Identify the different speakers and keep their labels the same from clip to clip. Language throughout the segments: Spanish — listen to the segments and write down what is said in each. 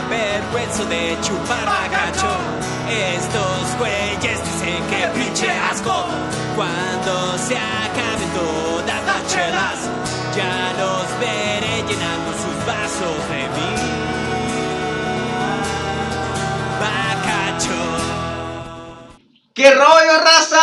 Speaker 1: avergüenzo de chupar a gacho. Estos güeyes dicen que pinche asco. Cuando se acaben todas las chelas, ya los veré llenando sus vasos de mí. Bacacho.
Speaker 2: ¡Qué rollo, raza!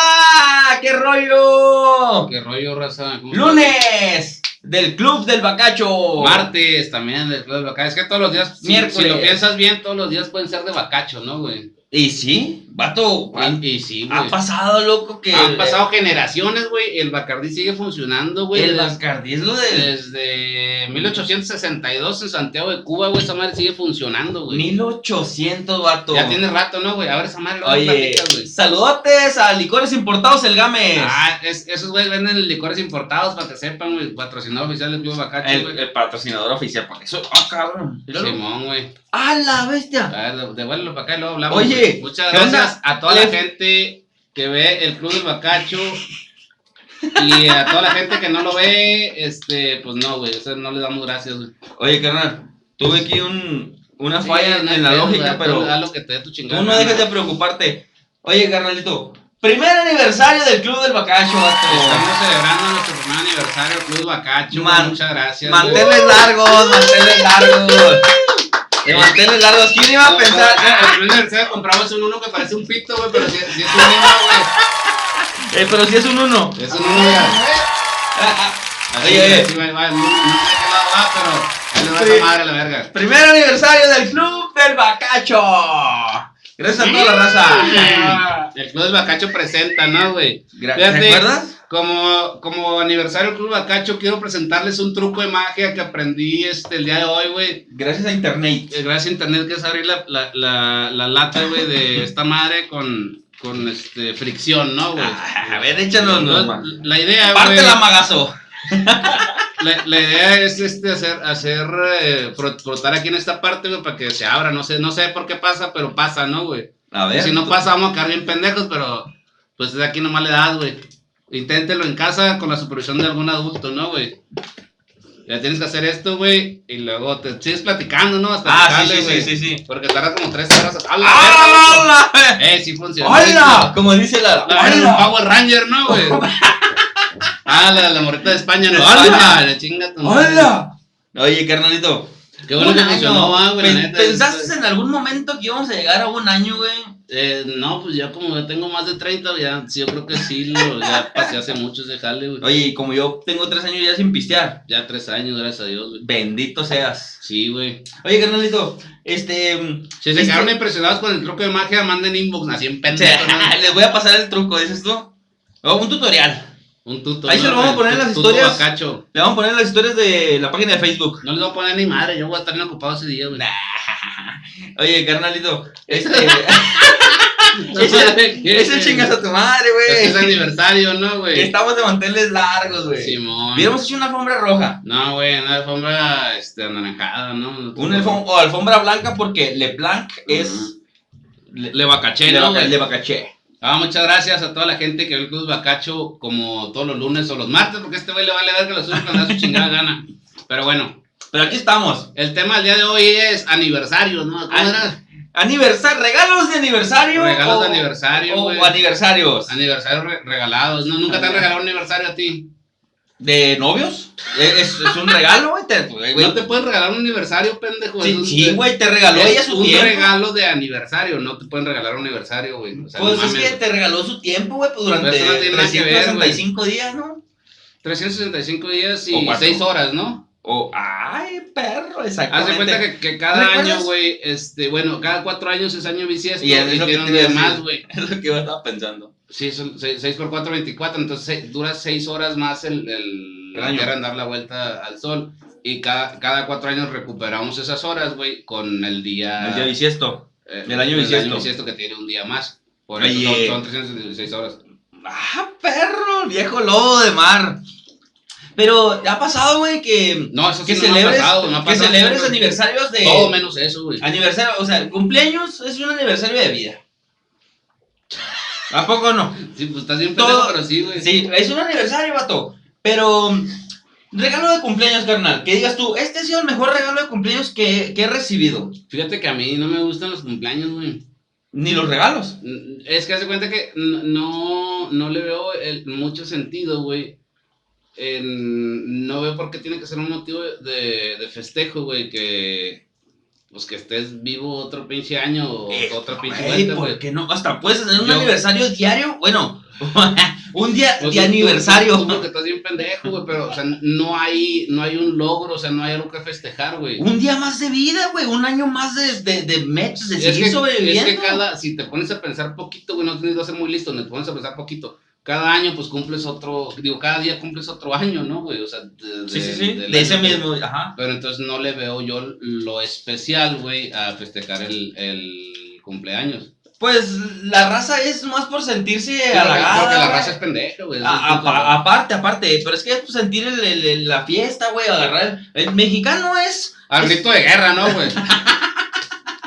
Speaker 2: ¡Qué rollo!
Speaker 3: ¿Qué rollo, raza? ¿Cómo
Speaker 2: ¡Lunes! Del Club del Bacacho.
Speaker 3: estás? Martes también del Club de Bacacho. Es que todos los días, si-
Speaker 2: Miércoles.
Speaker 3: Si, lo piensas bien, todos los días pueden ser de Bacacho, ¿no, güey?
Speaker 2: Y sí, vato.
Speaker 3: Y, y sí, güey.
Speaker 2: Ah, Ha pasado, loco, que.
Speaker 3: Han pasado generaciones, güey. El Bacardí sigue funcionando, güey.
Speaker 2: El
Speaker 3: des-
Speaker 2: Bacardí es lo del
Speaker 3: Desde 1862 en Santiago de Cuba, güey, esa madre sigue funcionando, güey.
Speaker 2: 1800, vato.
Speaker 3: Ya tiene rato, ¿no, güey? A ver esa madre, luego
Speaker 2: Oye,
Speaker 3: platicas, güey.
Speaker 2: saludotes a Licores Importados El Games.
Speaker 3: Ah, es- esos güeyes venden licores importados para que sepan, güey. Patrocinado oficial del Club Bacacho,
Speaker 2: el,
Speaker 3: güey.
Speaker 2: el patrocinador oficial, por eso. Ah, cabrón. míralo.
Speaker 3: Simón, güey.
Speaker 2: ¡Ah, la bestia!
Speaker 3: A ver, Devuélvelo para acá y luego hablamos.
Speaker 2: Oye,
Speaker 3: güey. muchas
Speaker 2: ¿qué onda?
Speaker 3: gracias a toda la
Speaker 2: Le-
Speaker 3: gente que ve el Club del Bacacho y a toda la gente que no lo ve, este, pues no, güey, o sea, no le damos gracias, güey.
Speaker 2: Oye, carnal, tuve aquí un, una
Speaker 3: Sí,
Speaker 2: falla en,
Speaker 3: no hay
Speaker 2: la
Speaker 3: pedo,
Speaker 2: lógica,
Speaker 3: güey,
Speaker 2: pero
Speaker 3: tú Da lo que te dé tu chingada.
Speaker 2: tú no dejes de preocuparte. Oye, carnalito, primer aniversario del Club del Bacacho, vato.
Speaker 3: Estamos celebrando nuestro primer aniversario Club Bacacho, güey,
Speaker 2: Man-
Speaker 3: muchas gracias. güey.
Speaker 2: Manteles largos, manteles largos. De manteles largos, ¿quién iba a
Speaker 3: Eh, No,
Speaker 2: pensar?
Speaker 3: no, El primer aniversario compramos un uno que parece un pito, güey, pero si, si es un uno,
Speaker 2: Eh, pero si es un uno.
Speaker 3: güey. Es un uno, güey. Así,
Speaker 2: Oye, oye.
Speaker 3: así va, va, no, no sé de qué lado va, pero ahí le va
Speaker 2: Sí.
Speaker 3: esa madre a la verga.
Speaker 2: Primer aniversario del Club del Bacacho. Gracias a toda la raza.
Speaker 3: El Club del Bacacho presenta, ¿no, güey?
Speaker 2: Gra-
Speaker 3: Fíjate.
Speaker 2: ¿Te acuerdas?
Speaker 3: Como, como aniversario del Club Bacacho, quiero presentarles un truco de magia que aprendí este, el día de hoy, güey.
Speaker 2: Gracias a internet.
Speaker 3: Eh, Gracias a internet que es abrir la, la, la, la lata, güey, de esta madre con, con este, fricción, ¿no, güey?
Speaker 2: Ah, a ver, échanos,
Speaker 3: Entonces,
Speaker 2: no,
Speaker 3: la idea, güey,
Speaker 2: Parte la magazo.
Speaker 3: la, la idea es este, hacer, hacer eh, frot- frotar aquí en esta parte, güey, para que se abra. No sé, no sé por qué pasa, pero pasa, ¿no, güey?
Speaker 2: A
Speaker 3: Y
Speaker 2: ver.
Speaker 3: si no pasa, vamos a quedar bien pendejos, pero pues de aquí nomás le das, güey. Inténtelo en casa con la supervisión de algún adulto, ¿no, güey? Ya tienes que hacer esto, güey, y luego te sigues platicando, ¿no? Hasta
Speaker 2: Ah, sí,
Speaker 3: dejarle,
Speaker 2: sí,
Speaker 3: güey.
Speaker 2: sí, sí, sí. ¡Ah!
Speaker 3: Porque tarda como tres horas. ¡Hala!
Speaker 2: ¡Hala!
Speaker 3: ¡Eh, sí funcionó!
Speaker 2: ¡Hala! Como dice la.
Speaker 3: La verga, un
Speaker 2: ¡Hala!
Speaker 3: Ah, Power Ranger, ¿no, güey? ¡Ah, la, la morrita de España, no!
Speaker 2: ¡Hala!
Speaker 3: ¡Hala! ¡La chinga tu madre.
Speaker 2: ¡Hala! Oye, carnalito.
Speaker 3: ¡Qué bueno
Speaker 2: un
Speaker 3: que
Speaker 2: año.
Speaker 3: funcionó, ah, güey! la
Speaker 2: Pen-
Speaker 3: neta.
Speaker 2: ¿Pensaste en algún momento que íbamos a llegar a un año, güey?
Speaker 3: Eh, no, pues ya como yo tengo más de 30, ya, sí, yo creo que sí, lo, ya pasé hace mucho ese jale, güey.
Speaker 2: Oye, y como yo tengo tres años ya sin pistear.
Speaker 3: Ya tres años, gracias a Dios, güey.
Speaker 2: Bendito seas.
Speaker 3: Sí, güey.
Speaker 2: Oye, carnalito, este.
Speaker 3: Si se
Speaker 2: ¿Viste?
Speaker 3: quedaron impresionados con el truco de magia, manden inbox así en
Speaker 2: O
Speaker 3: pendejo.
Speaker 2: sea,
Speaker 3: ¿no?
Speaker 2: les voy a pasar el truco, ¿dices tú? O un tutorial.
Speaker 3: Un tuto.
Speaker 2: Ahí se lo vamos a poner en las historias.
Speaker 3: Bacacho.
Speaker 2: Le vamos a poner las historias de la página de Facebook.
Speaker 3: No les voy a poner ni madre, yo voy a estar bien ocupado ese día, güey.
Speaker 2: Oye, carnalito, este.
Speaker 3: No
Speaker 2: ese
Speaker 3: mames, ¿qué,
Speaker 2: ese
Speaker 3: güey?
Speaker 2: chingas a tu madre,
Speaker 3: Es que es
Speaker 2: güey.
Speaker 3: aniversario, ¿no, güey?
Speaker 2: Estamos de manteles largos, güey.
Speaker 3: Simón.
Speaker 2: Hubiéramos hecho una alfombra roja.
Speaker 3: No, güey, una alfombra este, anaranjada, ¿no?
Speaker 2: Una alfom- o alfombra blanca porque Leblanc es.
Speaker 3: Le, le bacaché,
Speaker 2: Le
Speaker 3: ¿no,
Speaker 2: Baca-
Speaker 3: güey?
Speaker 2: Le Bacaché.
Speaker 3: Ah, muchas gracias a toda la gente que ve el Club Bacacho como todos los lunes o los martes, porque este güey le vale ver que lo sube cuando da su chingada gana. Pero bueno,
Speaker 2: Pero aquí estamos.
Speaker 3: el tema del día de hoy es aniversario, ¿no? ¿Cómo
Speaker 2: Ani-
Speaker 3: era?
Speaker 2: Aniversario, regalos de aniversario.
Speaker 3: Regalos de
Speaker 2: o-
Speaker 3: aniversario,
Speaker 2: O,
Speaker 3: güey.
Speaker 2: o aniversarios.
Speaker 3: Aniversarios re- regalados, ¿no? ¿Nunca te han
Speaker 2: Aniversario.
Speaker 3: regalado un aniversario a ti?
Speaker 2: ¿De novios? Eh, ¿Es, es un regalo, güey? Te- güey,
Speaker 3: No te pueden regalar un aniversario, pendejo. es
Speaker 2: Sí,
Speaker 3: un-
Speaker 2: sí, güey, te regaló
Speaker 3: es
Speaker 2: ella su
Speaker 3: un
Speaker 2: tiempo.
Speaker 3: regalo de aniversario, no te pueden regalar un aniversario, güey. O sea,
Speaker 2: Pues
Speaker 3: no
Speaker 2: es
Speaker 3: mames.
Speaker 2: que te regaló su tiempo, güey, pues durante
Speaker 3: Pero eso no tiene nada que ver,
Speaker 2: 365 días, ¿no?
Speaker 3: 365 días
Speaker 2: O
Speaker 3: y
Speaker 2: cuatro.
Speaker 3: 6 horas, ¿no?
Speaker 2: O, ay, perro,
Speaker 3: Haz
Speaker 2: exactamente.
Speaker 3: de cuenta que, que cada
Speaker 2: ¿Recuerdas?
Speaker 3: año, güey, este, bueno, cada cuatro años es año bisiesto
Speaker 2: Y
Speaker 3: y,
Speaker 2: es lo que
Speaker 3: tiene un
Speaker 2: te iba a
Speaker 3: día
Speaker 2: decir.
Speaker 3: más, güey.
Speaker 2: Es lo que yo estaba pensando.
Speaker 3: Sí, son 6 por 4, 24, entonces se- dura 6 horas más el,
Speaker 2: El
Speaker 3: el, el
Speaker 2: año.
Speaker 3: andar la vuelta al sol. Y cada, cada cuatro años recuperamos esas horas, güey, con el día...
Speaker 2: El día bisiesto.
Speaker 3: eh,
Speaker 2: del año bisiesto.
Speaker 3: que tiene un día más. Por
Speaker 2: Oye.
Speaker 3: eso son, son 316 horas.
Speaker 2: Ah, perro, viejo lobo de mar. Pero ha pasado, güey, que,
Speaker 3: No, eso sí
Speaker 2: que
Speaker 3: no, no
Speaker 2: celebres,
Speaker 3: ha pasado, no ha
Speaker 2: que
Speaker 3: pasado.
Speaker 2: celebres aniversarios de...
Speaker 3: Todo menos eso, güey.
Speaker 2: Aniversario, o sea, cumpleaños es un aniversario de vida. ¿A poco no?
Speaker 3: Sí, pues estás bien
Speaker 2: Todo-
Speaker 3: pendejo, pero sí, güey.
Speaker 2: Sí, es un aniversario, vato. Pero mm, Regalo de cumpleaños, carnal. Que digas tú, este ha sido el mejor regalo de cumpleaños que, que he recibido.
Speaker 3: Fíjate que a mí no me gustan los cumpleaños, güey.
Speaker 2: Ni los regalos.
Speaker 3: N- Es que hace cuenta que n- no, no le veo el- mucho sentido, güey. En- no veo por qué tiene que ser un motivo de, de festejo, güey, que... Pues que estés vivo otro pinche año o
Speaker 2: Eh,
Speaker 3: otra pinche
Speaker 2: Güey,
Speaker 3: vuelta,
Speaker 2: ¿por
Speaker 3: güey. pues,
Speaker 2: qué no? Hasta puedes tener un
Speaker 3: Yo-
Speaker 2: aniversario diario. Bueno, un día
Speaker 3: Pues
Speaker 2: de
Speaker 3: tú- tú-
Speaker 2: aniversario.
Speaker 3: tú porque estás bien pendejo, güey, pero, o sea, no hay, no hay un logro, o sea, no hay algo que festejar, güey.
Speaker 2: Un día más de vida, güey. Un año más de, de, de metas, de
Speaker 3: es
Speaker 2: seguir
Speaker 3: que,
Speaker 2: sobreviviendo.
Speaker 3: es que cada, si te pones a pensar poquito, güey, no tienes que ser muy listo, no te pones a pensar poquito. Cada año, pues cumples otro, digo, cada día cumples otro año, ¿no, güey? O sea, de,
Speaker 2: sí, sí,
Speaker 3: de-
Speaker 2: sí. De,
Speaker 3: del
Speaker 2: ese
Speaker 3: año que-
Speaker 2: mismo, ajá.
Speaker 3: Pero entonces no le veo yo lo especial, güey, a festejar el, el cumpleaños.
Speaker 2: Pues la raza es más por sentirse
Speaker 3: Porque,
Speaker 2: halagada.
Speaker 3: porque la
Speaker 2: güey. Ah,
Speaker 3: raza es pendeja, güey.
Speaker 2: A-
Speaker 3: Entonces,
Speaker 2: a- aparte, aparte, pero es que es pues, sentir el- el- el- la fiesta, güey, agarrar. El, el mexicano es.
Speaker 3: Al grito de guerra, ¿no, güey?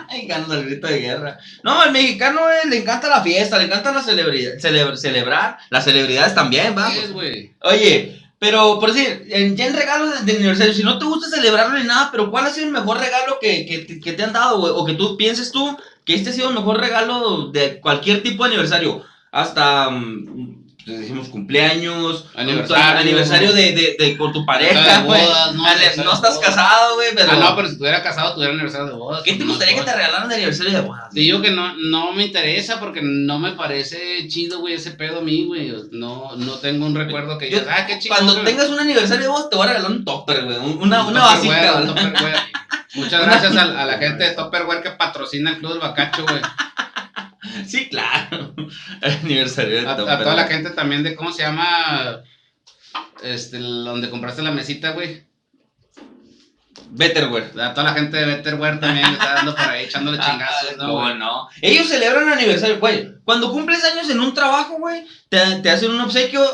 Speaker 2: Ay, ganando el grito de guerra. No, el mexicano eh, le encanta la fiesta, le encanta la celebridad, celebra- celebrar. Las celebridades también,
Speaker 3: Sí,
Speaker 2: vamos.
Speaker 3: güey.
Speaker 2: Oye, pero por decir, en, ya en regalos de, de aniversario, si no te gusta celebrarlo ni nada, pero ¿cuál ha sido el mejor regalo que, que te- que te han dado, güey? O que tú pienses tú que este ha sido el mejor regalo de cualquier tipo de aniversario. Hasta, mm, pues, decimos, cumpleaños,
Speaker 3: Aniversario.
Speaker 2: aniversario de, de- de- con tu pareja,
Speaker 3: Aniversario de
Speaker 2: güey.
Speaker 3: bodas, ¿no?
Speaker 2: Ale-
Speaker 3: Aniversario
Speaker 2: no
Speaker 3: de
Speaker 2: estás
Speaker 3: bodas.
Speaker 2: casado, güey, pero...
Speaker 3: Ah, no, pero si estuviera casado, tuviera aniversario de bodas. pues,
Speaker 2: ¿Qué te
Speaker 3: no,
Speaker 2: gustaría que
Speaker 3: bodas.
Speaker 2: te regalaran de aniversario de bodas?
Speaker 3: Te digo que no, no me interesa porque no me parece chido, güey, ese pedo a mí, güey. No, no tengo un recuerdo que
Speaker 2: Yo-
Speaker 3: digas, ah, qué chido.
Speaker 2: Cuando
Speaker 3: güey".
Speaker 2: tengas un aniversario de bodas, te voy a regalar un topper, güey. un- Una,
Speaker 3: Un
Speaker 2: una
Speaker 3: Tupperware,
Speaker 2: vasita,
Speaker 3: un
Speaker 2: güey.
Speaker 3: Tupperware. Muchas gracias a, a la gente de Topperware que patrocina el Club del Bacacho, güey.
Speaker 2: Sí, claro. El aniversario de
Speaker 3: A, a
Speaker 2: topper.
Speaker 3: toda la gente también de, ¿cómo se llama? Este, el- donde compraste la mesita, güey.
Speaker 2: Better, güey.
Speaker 3: A toda la gente de Betterware también le está dando por ahí echándole
Speaker 2: Ah,
Speaker 3: chingazos, Ah, ¿no, güey?
Speaker 2: no? Ellos celebran aniversario, güey. Cuando cumples años en un trabajo, güey, te, te hacen un obsequio,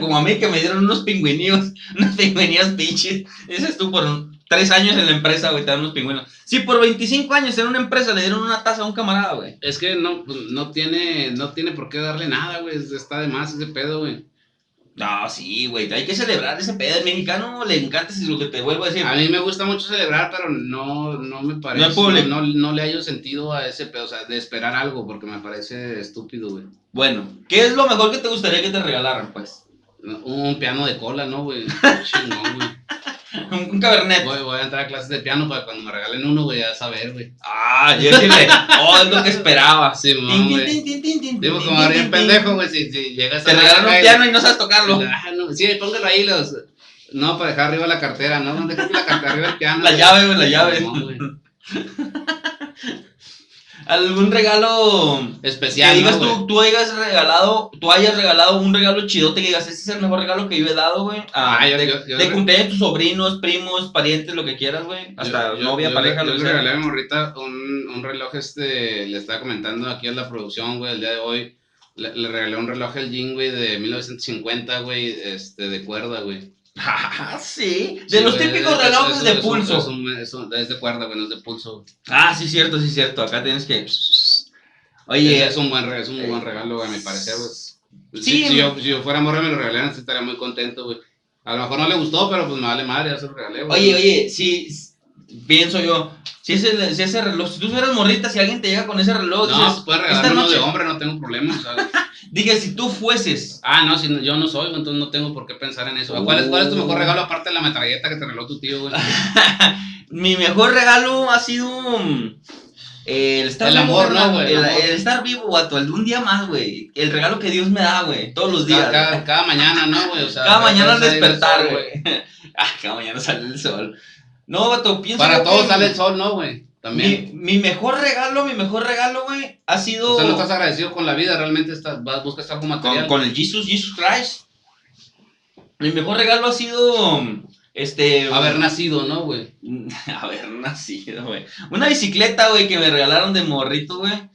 Speaker 2: como a mí que me dieron unos pingüinillos, unos pingüinillos pinches. Dices tú, por un- tres años en la empresa, güey, te dan unos pingüinos. Si por 25 años en una empresa le dieron una taza a un camarada, güey.
Speaker 3: Es que no, pues, no tiene, no tiene por qué darle nada, güey. Está de más ese pedo, güey.
Speaker 2: No, sí, güey, hay que celebrar ese pedo. El mexicano le encanta, si es lo que te vuelvo a decir.
Speaker 3: A mí me gusta mucho celebrar, pero no, no me parece.
Speaker 2: No es público.
Speaker 3: No, no le hallo sentido a ese pedo, o sea, de esperar algo, porque me parece estúpido, güey.
Speaker 2: Bueno, ¿qué es lo mejor que te gustaría que te regalaran, pues?
Speaker 3: Un piano de cola, ¿no, güey? Chingón, güey.
Speaker 2: Un cabernet.
Speaker 3: Voy, voy a entrar a clases de piano para cuando me regalen uno, güey, a saber, güey.
Speaker 2: Ah, yo decirle, oh, es lo que esperaba.
Speaker 3: Así,
Speaker 2: Tin, tin,
Speaker 3: güey.
Speaker 2: tin, tin, tin, tin,
Speaker 3: Digo,
Speaker 2: tin,
Speaker 3: como
Speaker 2: tin,
Speaker 3: haría
Speaker 2: tin,
Speaker 3: pendejo, güey, si, si llegas
Speaker 2: tin. Te regalaron un piano y no sabes tocarlo.
Speaker 3: Ah, no, sí, póngalo ahí los. No, para dejar arriba la cartera, ¿no? Deja la cartera arriba el piano.
Speaker 2: La
Speaker 3: güey.
Speaker 2: llave, güey, la llave.
Speaker 3: No, güey.
Speaker 2: ¿Algún regalo
Speaker 3: Especial,
Speaker 2: que digas
Speaker 3: ¿no, güey?
Speaker 2: tú, tú hayas regalado, tú hayas regalado un regalo chidote que digas, ese es el mejor regalo que yo he dado, güey? Ah,
Speaker 3: Ah, yo-
Speaker 2: de,
Speaker 3: yo- yo
Speaker 2: de
Speaker 3: re-
Speaker 2: cumpleaños tus sobrinos, primos, parientes, lo que quieras, güey. Hasta
Speaker 3: Yo- yo-
Speaker 2: novia,
Speaker 3: yo
Speaker 2: pareja,
Speaker 3: le-
Speaker 2: lo
Speaker 3: Yo
Speaker 2: que
Speaker 3: le
Speaker 2: sea.
Speaker 3: regalé a mi morrita un, un reloj, este, le estaba comentando aquí a la producción, güey, el día de hoy. Le, le regalé un reloj al jean, güey, de 1950, güey, este, de cuerda, güey.
Speaker 2: Ah, sí. De
Speaker 3: Sí,
Speaker 2: los
Speaker 3: güey,
Speaker 2: típicos
Speaker 3: es- es-
Speaker 2: relojes
Speaker 3: es-
Speaker 2: de
Speaker 3: es un-
Speaker 2: pulso.
Speaker 3: Es, un- es un- es de cuerda, güey, no es de pulso.
Speaker 2: Ah, sí, cierto, sí, cierto. Acá tienes que.
Speaker 3: Ese
Speaker 2: Oye,
Speaker 3: es un buen regalo, es un buen regalo, güey, a mi parecer, güey. Si-
Speaker 2: Sí,
Speaker 3: si, yo, si yo fuera morra, me lo regalaran, sí estaría muy contento, güey. A lo mejor no le gustó, pero pues me vale madre, ya se lo regalé, güey.
Speaker 2: oye, oye, si pienso yo, si ese, si ese reloj, si tú fueras morrita, si alguien te llega con ese reloj,
Speaker 3: No,
Speaker 2: dices,
Speaker 3: se puede regalar
Speaker 2: esta
Speaker 3: uno
Speaker 2: noche-
Speaker 3: de hombre, no tengo problema, o sea,
Speaker 2: dije, si tú fueses.
Speaker 3: Ah, no, si no- yo no soy, güey, entonces no tengo por qué pensar en eso. ¿Cuál es, cuál es tu mejor
Speaker 2: Oh.
Speaker 3: regalo aparte de la metralleta que te regaló tu tío, güey?
Speaker 2: Mi mejor regalo ha sido mm, el estar
Speaker 3: El
Speaker 2: vivo,
Speaker 3: amor,
Speaker 2: carnal,
Speaker 3: ¿no, güey? El
Speaker 2: El,
Speaker 3: amor.
Speaker 2: el estar vivo, guato, el de un día más, güey. El regalo que Dios me da, güey, todos los días.
Speaker 3: Cada, cada- cada mañana, ¿no, güey? O sea,
Speaker 2: Cada mañana al
Speaker 3: sale el
Speaker 2: despertar,
Speaker 3: sol,
Speaker 2: güey. Ah, cada mañana sale el sol. No, vato, pienso.
Speaker 3: Para
Speaker 2: yo
Speaker 3: todos
Speaker 2: que-
Speaker 3: sale el sol, ¿no, güey? También.
Speaker 2: Mi, mi mejor regalo, mi mejor regalo, güey, ha sido
Speaker 3: O sea, no estás agradecido con la vida, realmente estás, vas- buscas algo material.
Speaker 2: con, con el Jesus, Jesus Christ. Mi mejor regalo ha sido, este...
Speaker 3: Haber nacido, ¿no, güey?
Speaker 2: haber nacido, güey. Una bicicleta, güey, que me regalaron de morrito, güey.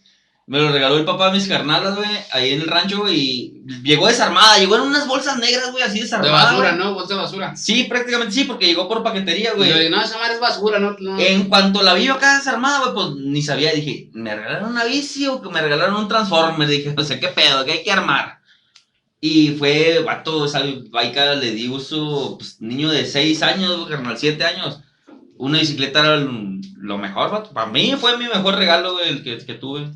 Speaker 2: Me lo regaló el papá de mis carnalas, güey, ahí en el rancho, güey. y Llegó desarmada, llegó en unas bolsas negras, güey, así
Speaker 3: De
Speaker 2: desarmada.
Speaker 3: basura,
Speaker 2: güey.
Speaker 3: ¿no? Bolsa de basura.
Speaker 2: Sí, prácticamente sí, porque llegó por paquetería,
Speaker 3: Y
Speaker 2: güey. Eh,
Speaker 3: yo dije, no, esa madre es basura, no. no.
Speaker 2: En cuanto la vi yo acá desarmada, güey, pues ni sabía. Dije, ¿me regalaron una bici o que me regalaron un Transformer? Dije, o sea, ¿qué pedo? ¿Qué hay que armar? Y fue, vato, esa baica le di uso, pues, niño de 6 años, güey, carnal, 7 años. Una bicicleta era el- lo mejor, vato. Para mí fue mi mejor regalo, güey, el que, que tuve.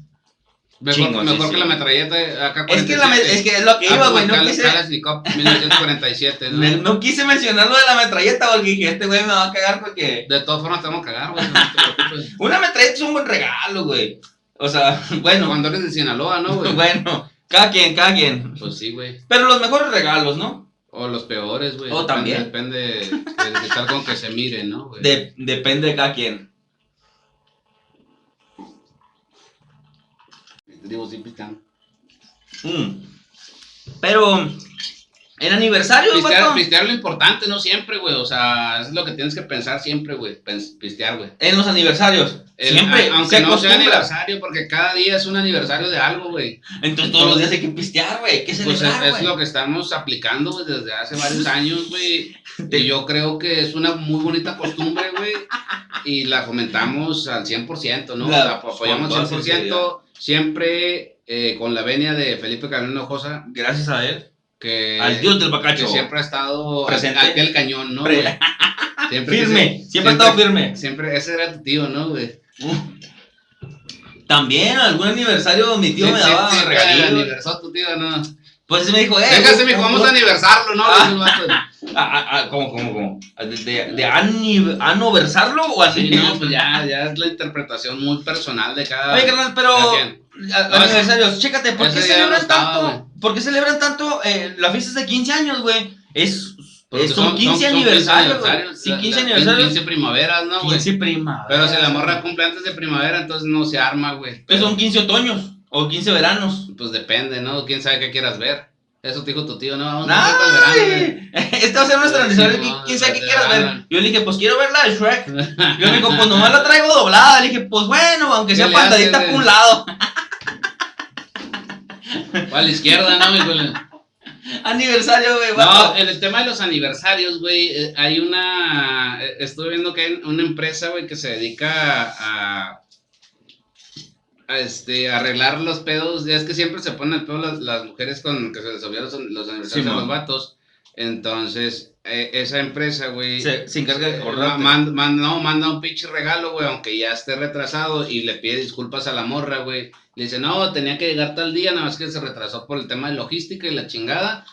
Speaker 3: Mejor,
Speaker 2: Chingos,
Speaker 3: mejor
Speaker 2: sí,
Speaker 3: que
Speaker 2: sí.
Speaker 3: la metralleta acá
Speaker 2: Es que, la me- es que es
Speaker 3: Ah,
Speaker 2: lo que
Speaker 3: pues,
Speaker 2: iba, güey, no quise...
Speaker 3: Kalashnikov 1947,
Speaker 2: Me-
Speaker 3: ¿no?
Speaker 2: no quise mencionar lo de la metralleta porque dije, este güey me va a cagar porque...
Speaker 3: De todas formas te vamos a cagar, güey. No te preocupes.
Speaker 2: Una metralleta es un buen regalo, güey. O sea, bueno,
Speaker 3: Cuando eres de Sinaloa, ¿no, güey?
Speaker 2: bueno, cada quien, cada quien.
Speaker 3: Pues sí, güey.
Speaker 2: Pero los mejores regalos, ¿no?
Speaker 3: O los peores, güey.
Speaker 2: O
Speaker 3: Depende-
Speaker 2: también.
Speaker 3: Depende de, de tal con que se mire, ¿no, güey?
Speaker 2: De- depende de cada quien.
Speaker 3: Digo, sí, pisteando.
Speaker 2: Mm. Pero, en aniversario,
Speaker 3: Pistear,
Speaker 2: vato,
Speaker 3: pistear lo importante, no siempre, güey. O sea, es lo que tienes que pensar siempre, güey. Pens- Pistear, güey.
Speaker 2: en los aniversarios,
Speaker 3: El-
Speaker 2: siempre,
Speaker 3: a- aunque
Speaker 2: se
Speaker 3: no sea
Speaker 2: acostumbra.
Speaker 3: aniversario, porque cada día es un aniversario de algo, güey.
Speaker 2: Entonces todos los días hay que pistear, güey, hay que
Speaker 3: Pues
Speaker 2: celebrar,
Speaker 3: es, es
Speaker 2: güey.
Speaker 3: lo que estamos aplicando güey, desde hace varios años, güey.
Speaker 2: Te-
Speaker 3: Y yo creo que es una muy bonita costumbre, güey. Y la fomentamos al 100%, ¿no?
Speaker 2: La-
Speaker 3: La ap- apoyamos
Speaker 2: con
Speaker 3: al
Speaker 2: toda
Speaker 3: 100%, siempre eh, con la venia de Felipe Carolino Josa,
Speaker 2: Gracias a él,
Speaker 3: que,
Speaker 2: al dios del
Speaker 3: Eh, que
Speaker 2: bacacho,
Speaker 3: siempre ha estado
Speaker 2: Presente.
Speaker 3: al, al pie del cañón, ¿no?
Speaker 2: Pre-
Speaker 3: güey? Siempre que
Speaker 2: firme, siempre, ha estado firme.
Speaker 3: se- Siempre, ese era tu tío, ¿no, güey?
Speaker 2: Uh. También algún aniversario mi tío me daba regalillos.
Speaker 3: aniversó tu tío, no.
Speaker 2: Pues me dijo, eh.
Speaker 3: Véngase,
Speaker 2: un-
Speaker 3: mijo,
Speaker 2: un-
Speaker 3: vamos a aniversarlo, ¿no?
Speaker 2: Ah.
Speaker 3: Dice el vato.
Speaker 2: Ah, ah, ah, ¿Cómo, cómo, cómo? ¿De, de, de ani- anoversarlo o así?
Speaker 3: Sí, no, pues ya, ya es la interpretación muy personal de cada.
Speaker 2: Oye, carnal, pero.
Speaker 3: cada quien.
Speaker 2: a-
Speaker 3: No,
Speaker 2: aniversarios, chécate, ¿por
Speaker 3: ese
Speaker 2: qué
Speaker 3: día
Speaker 2: celebran
Speaker 3: no estaba,
Speaker 2: tanto?
Speaker 3: güey.
Speaker 2: ¿Por qué celebran tanto eh, las fiestas de 15 años, güey? Es,
Speaker 3: Porque
Speaker 2: es- son, 15 aniversarios, güey. Sí,
Speaker 3: la-
Speaker 2: 15
Speaker 3: la-
Speaker 2: aniversarios.
Speaker 3: 15 primaveras, ¿no, güey?
Speaker 2: 15 prima.
Speaker 3: Pero si la morra cumple antes de primavera, entonces no se arma, güey.
Speaker 2: Pues son 15 otoños o 15 veranos.
Speaker 3: Pues depende, ¿no? Quién sabe qué quieras ver. Eso te dijo tu tío, ¿no? Vamos a ver el verano,
Speaker 2: ¡Ay! Este va a ser nuestro
Speaker 3: Sí,
Speaker 2: aniversario.
Speaker 3: no,
Speaker 2: ¿Quién sabe
Speaker 3: de
Speaker 2: qué quieras ver?
Speaker 3: verano.
Speaker 2: Yo le dije, pues quiero ver la de Shrek.
Speaker 3: güey.
Speaker 2: Yo le digo, pues nomás la traigo doblada. Le dije, pues bueno, aunque
Speaker 3: ¿Qué
Speaker 2: sea
Speaker 3: le haces,
Speaker 2: pantadita
Speaker 3: güey?
Speaker 2: por un lado.
Speaker 3: O a la izquierda, ¿no? Y, güey,
Speaker 2: Aniversario, güey. vato.
Speaker 3: No, eh, en el tema de los aniversarios, güey, eh, hay una, eh, estuve viendo que hay una empresa, güey, que se dedica a, a, a, este, a arreglar los pedos, ya es que siempre se ponen el pedo las, las mujeres con que se les olvidan los, los aniversarios de
Speaker 2: Simón.
Speaker 3: los vatos, entonces, eh, esa empresa, güey,
Speaker 2: se, se encarga de
Speaker 3: eh,
Speaker 2: acordarte.
Speaker 3: man- man- no, manda un pinche regalo, güey, aunque ya esté retrasado y le pide disculpas a la morra, güey. Le dice, no, tenía que llegar tal día, nada más que se retrasó por el tema de logística y la chingada.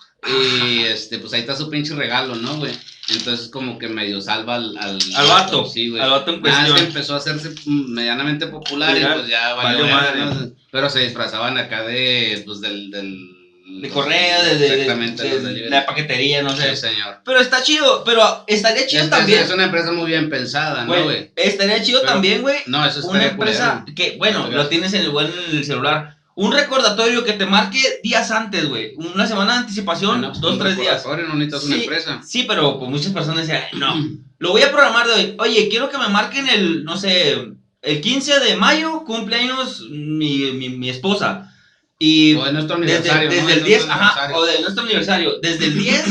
Speaker 3: Y este, pues ahí está su pinche regalo, ¿no, güey? Entonces, como que medio salva al, al,
Speaker 2: Al vato.
Speaker 3: Sí, güey.
Speaker 2: al vato en
Speaker 3: Nada, es que
Speaker 2: cuestión.
Speaker 3: empezó a hacerse mm, medianamente popular y
Speaker 2: Viral.
Speaker 3: pues ya valió,
Speaker 2: Valió
Speaker 3: madre,
Speaker 2: madre.
Speaker 3: ¿no? Pero se disfrazaban acá de, pues del. del
Speaker 2: De correo, de, de-
Speaker 3: Exactamente,
Speaker 2: de-
Speaker 3: los
Speaker 2: de
Speaker 3: delivery.
Speaker 2: la paquetería, no sé.
Speaker 3: Sí, señor.
Speaker 2: Pero está chido, pero estaría chido
Speaker 3: Es- es-
Speaker 2: también.
Speaker 3: es una empresa muy bien pensada, ¿no,
Speaker 2: güey.
Speaker 3: güey?
Speaker 2: estaría chido
Speaker 3: Pero-
Speaker 2: también, güey.
Speaker 3: No, eso es
Speaker 2: Una empresa que, bueno,
Speaker 3: Culero.
Speaker 2: lo tienes en el, buen- en el celular. Un recordatorio que te marque días antes, güey. Una semana de anticipación, dos, tres días.
Speaker 3: pues, No necesitas una
Speaker 2: Sí.
Speaker 3: empresa.
Speaker 2: Sí, pero pues, muchas personas decían, "Ay, no, lo voy a programar de hoy. Oye, quiero que me marquen el, no sé, el 15 de mayo, cumpleaños mi, mi, mi esposa. Y
Speaker 3: O de nuestro
Speaker 2: desde,
Speaker 3: aniversario.
Speaker 2: desde
Speaker 3: ¿no? De
Speaker 2: el
Speaker 3: nuestro
Speaker 2: 10, ajá,
Speaker 3: aniversario.
Speaker 2: o de nuestro aniversario, desde el 10,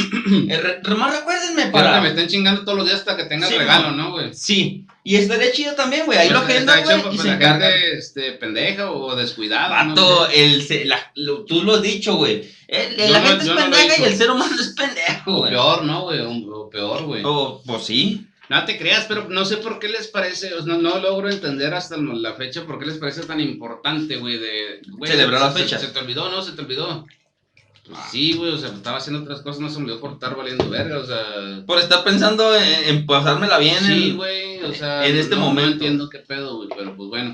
Speaker 2: eh, re- nomás recuérdenme
Speaker 3: Quiero que me
Speaker 2: para...
Speaker 3: estén chingando todos los días hasta que tengas
Speaker 2: Sí,
Speaker 3: regalo, ¿no, güey?
Speaker 2: Sí, y estaría chido también, güey, ahí lo
Speaker 3: Pues,
Speaker 2: agendan,
Speaker 3: está hecho
Speaker 2: güey, y
Speaker 3: para
Speaker 2: se
Speaker 3: la
Speaker 2: encarga.
Speaker 3: gente este, pendeja o descuidada. ¿no?
Speaker 2: Vato, el, se- la- lo- tú lo has dicho, güey. El-
Speaker 3: Yo
Speaker 2: la
Speaker 3: no-
Speaker 2: gente
Speaker 3: yo
Speaker 2: es
Speaker 3: no lo he
Speaker 2: pendeja y
Speaker 3: dicho.
Speaker 2: el ser humano es pendejo,
Speaker 3: O
Speaker 2: güey.
Speaker 3: peor, ¿no, güey? O o peor, güey.
Speaker 2: O- pues sí.
Speaker 3: No te creas, pero no sé por qué les parece, o sea, no, no logro entender hasta la fecha por qué les parece tan importante, güey, de... güey,
Speaker 2: Celebrar
Speaker 3: se-
Speaker 2: las
Speaker 3: se-
Speaker 2: fechas. Ah.
Speaker 3: Se, te olvidó, ¿no? Se te olvidó. Pues sí, güey, o sea, estaba haciendo otras cosas, no se me olvidó por estar valiendo verga, o sea...
Speaker 2: Por estar pensando en, en pasármela bien.
Speaker 3: Sí,
Speaker 2: en-
Speaker 3: güey, o sea,
Speaker 2: en este
Speaker 3: no,
Speaker 2: momento.
Speaker 3: no entiendo qué pedo, güey, pero pues bueno.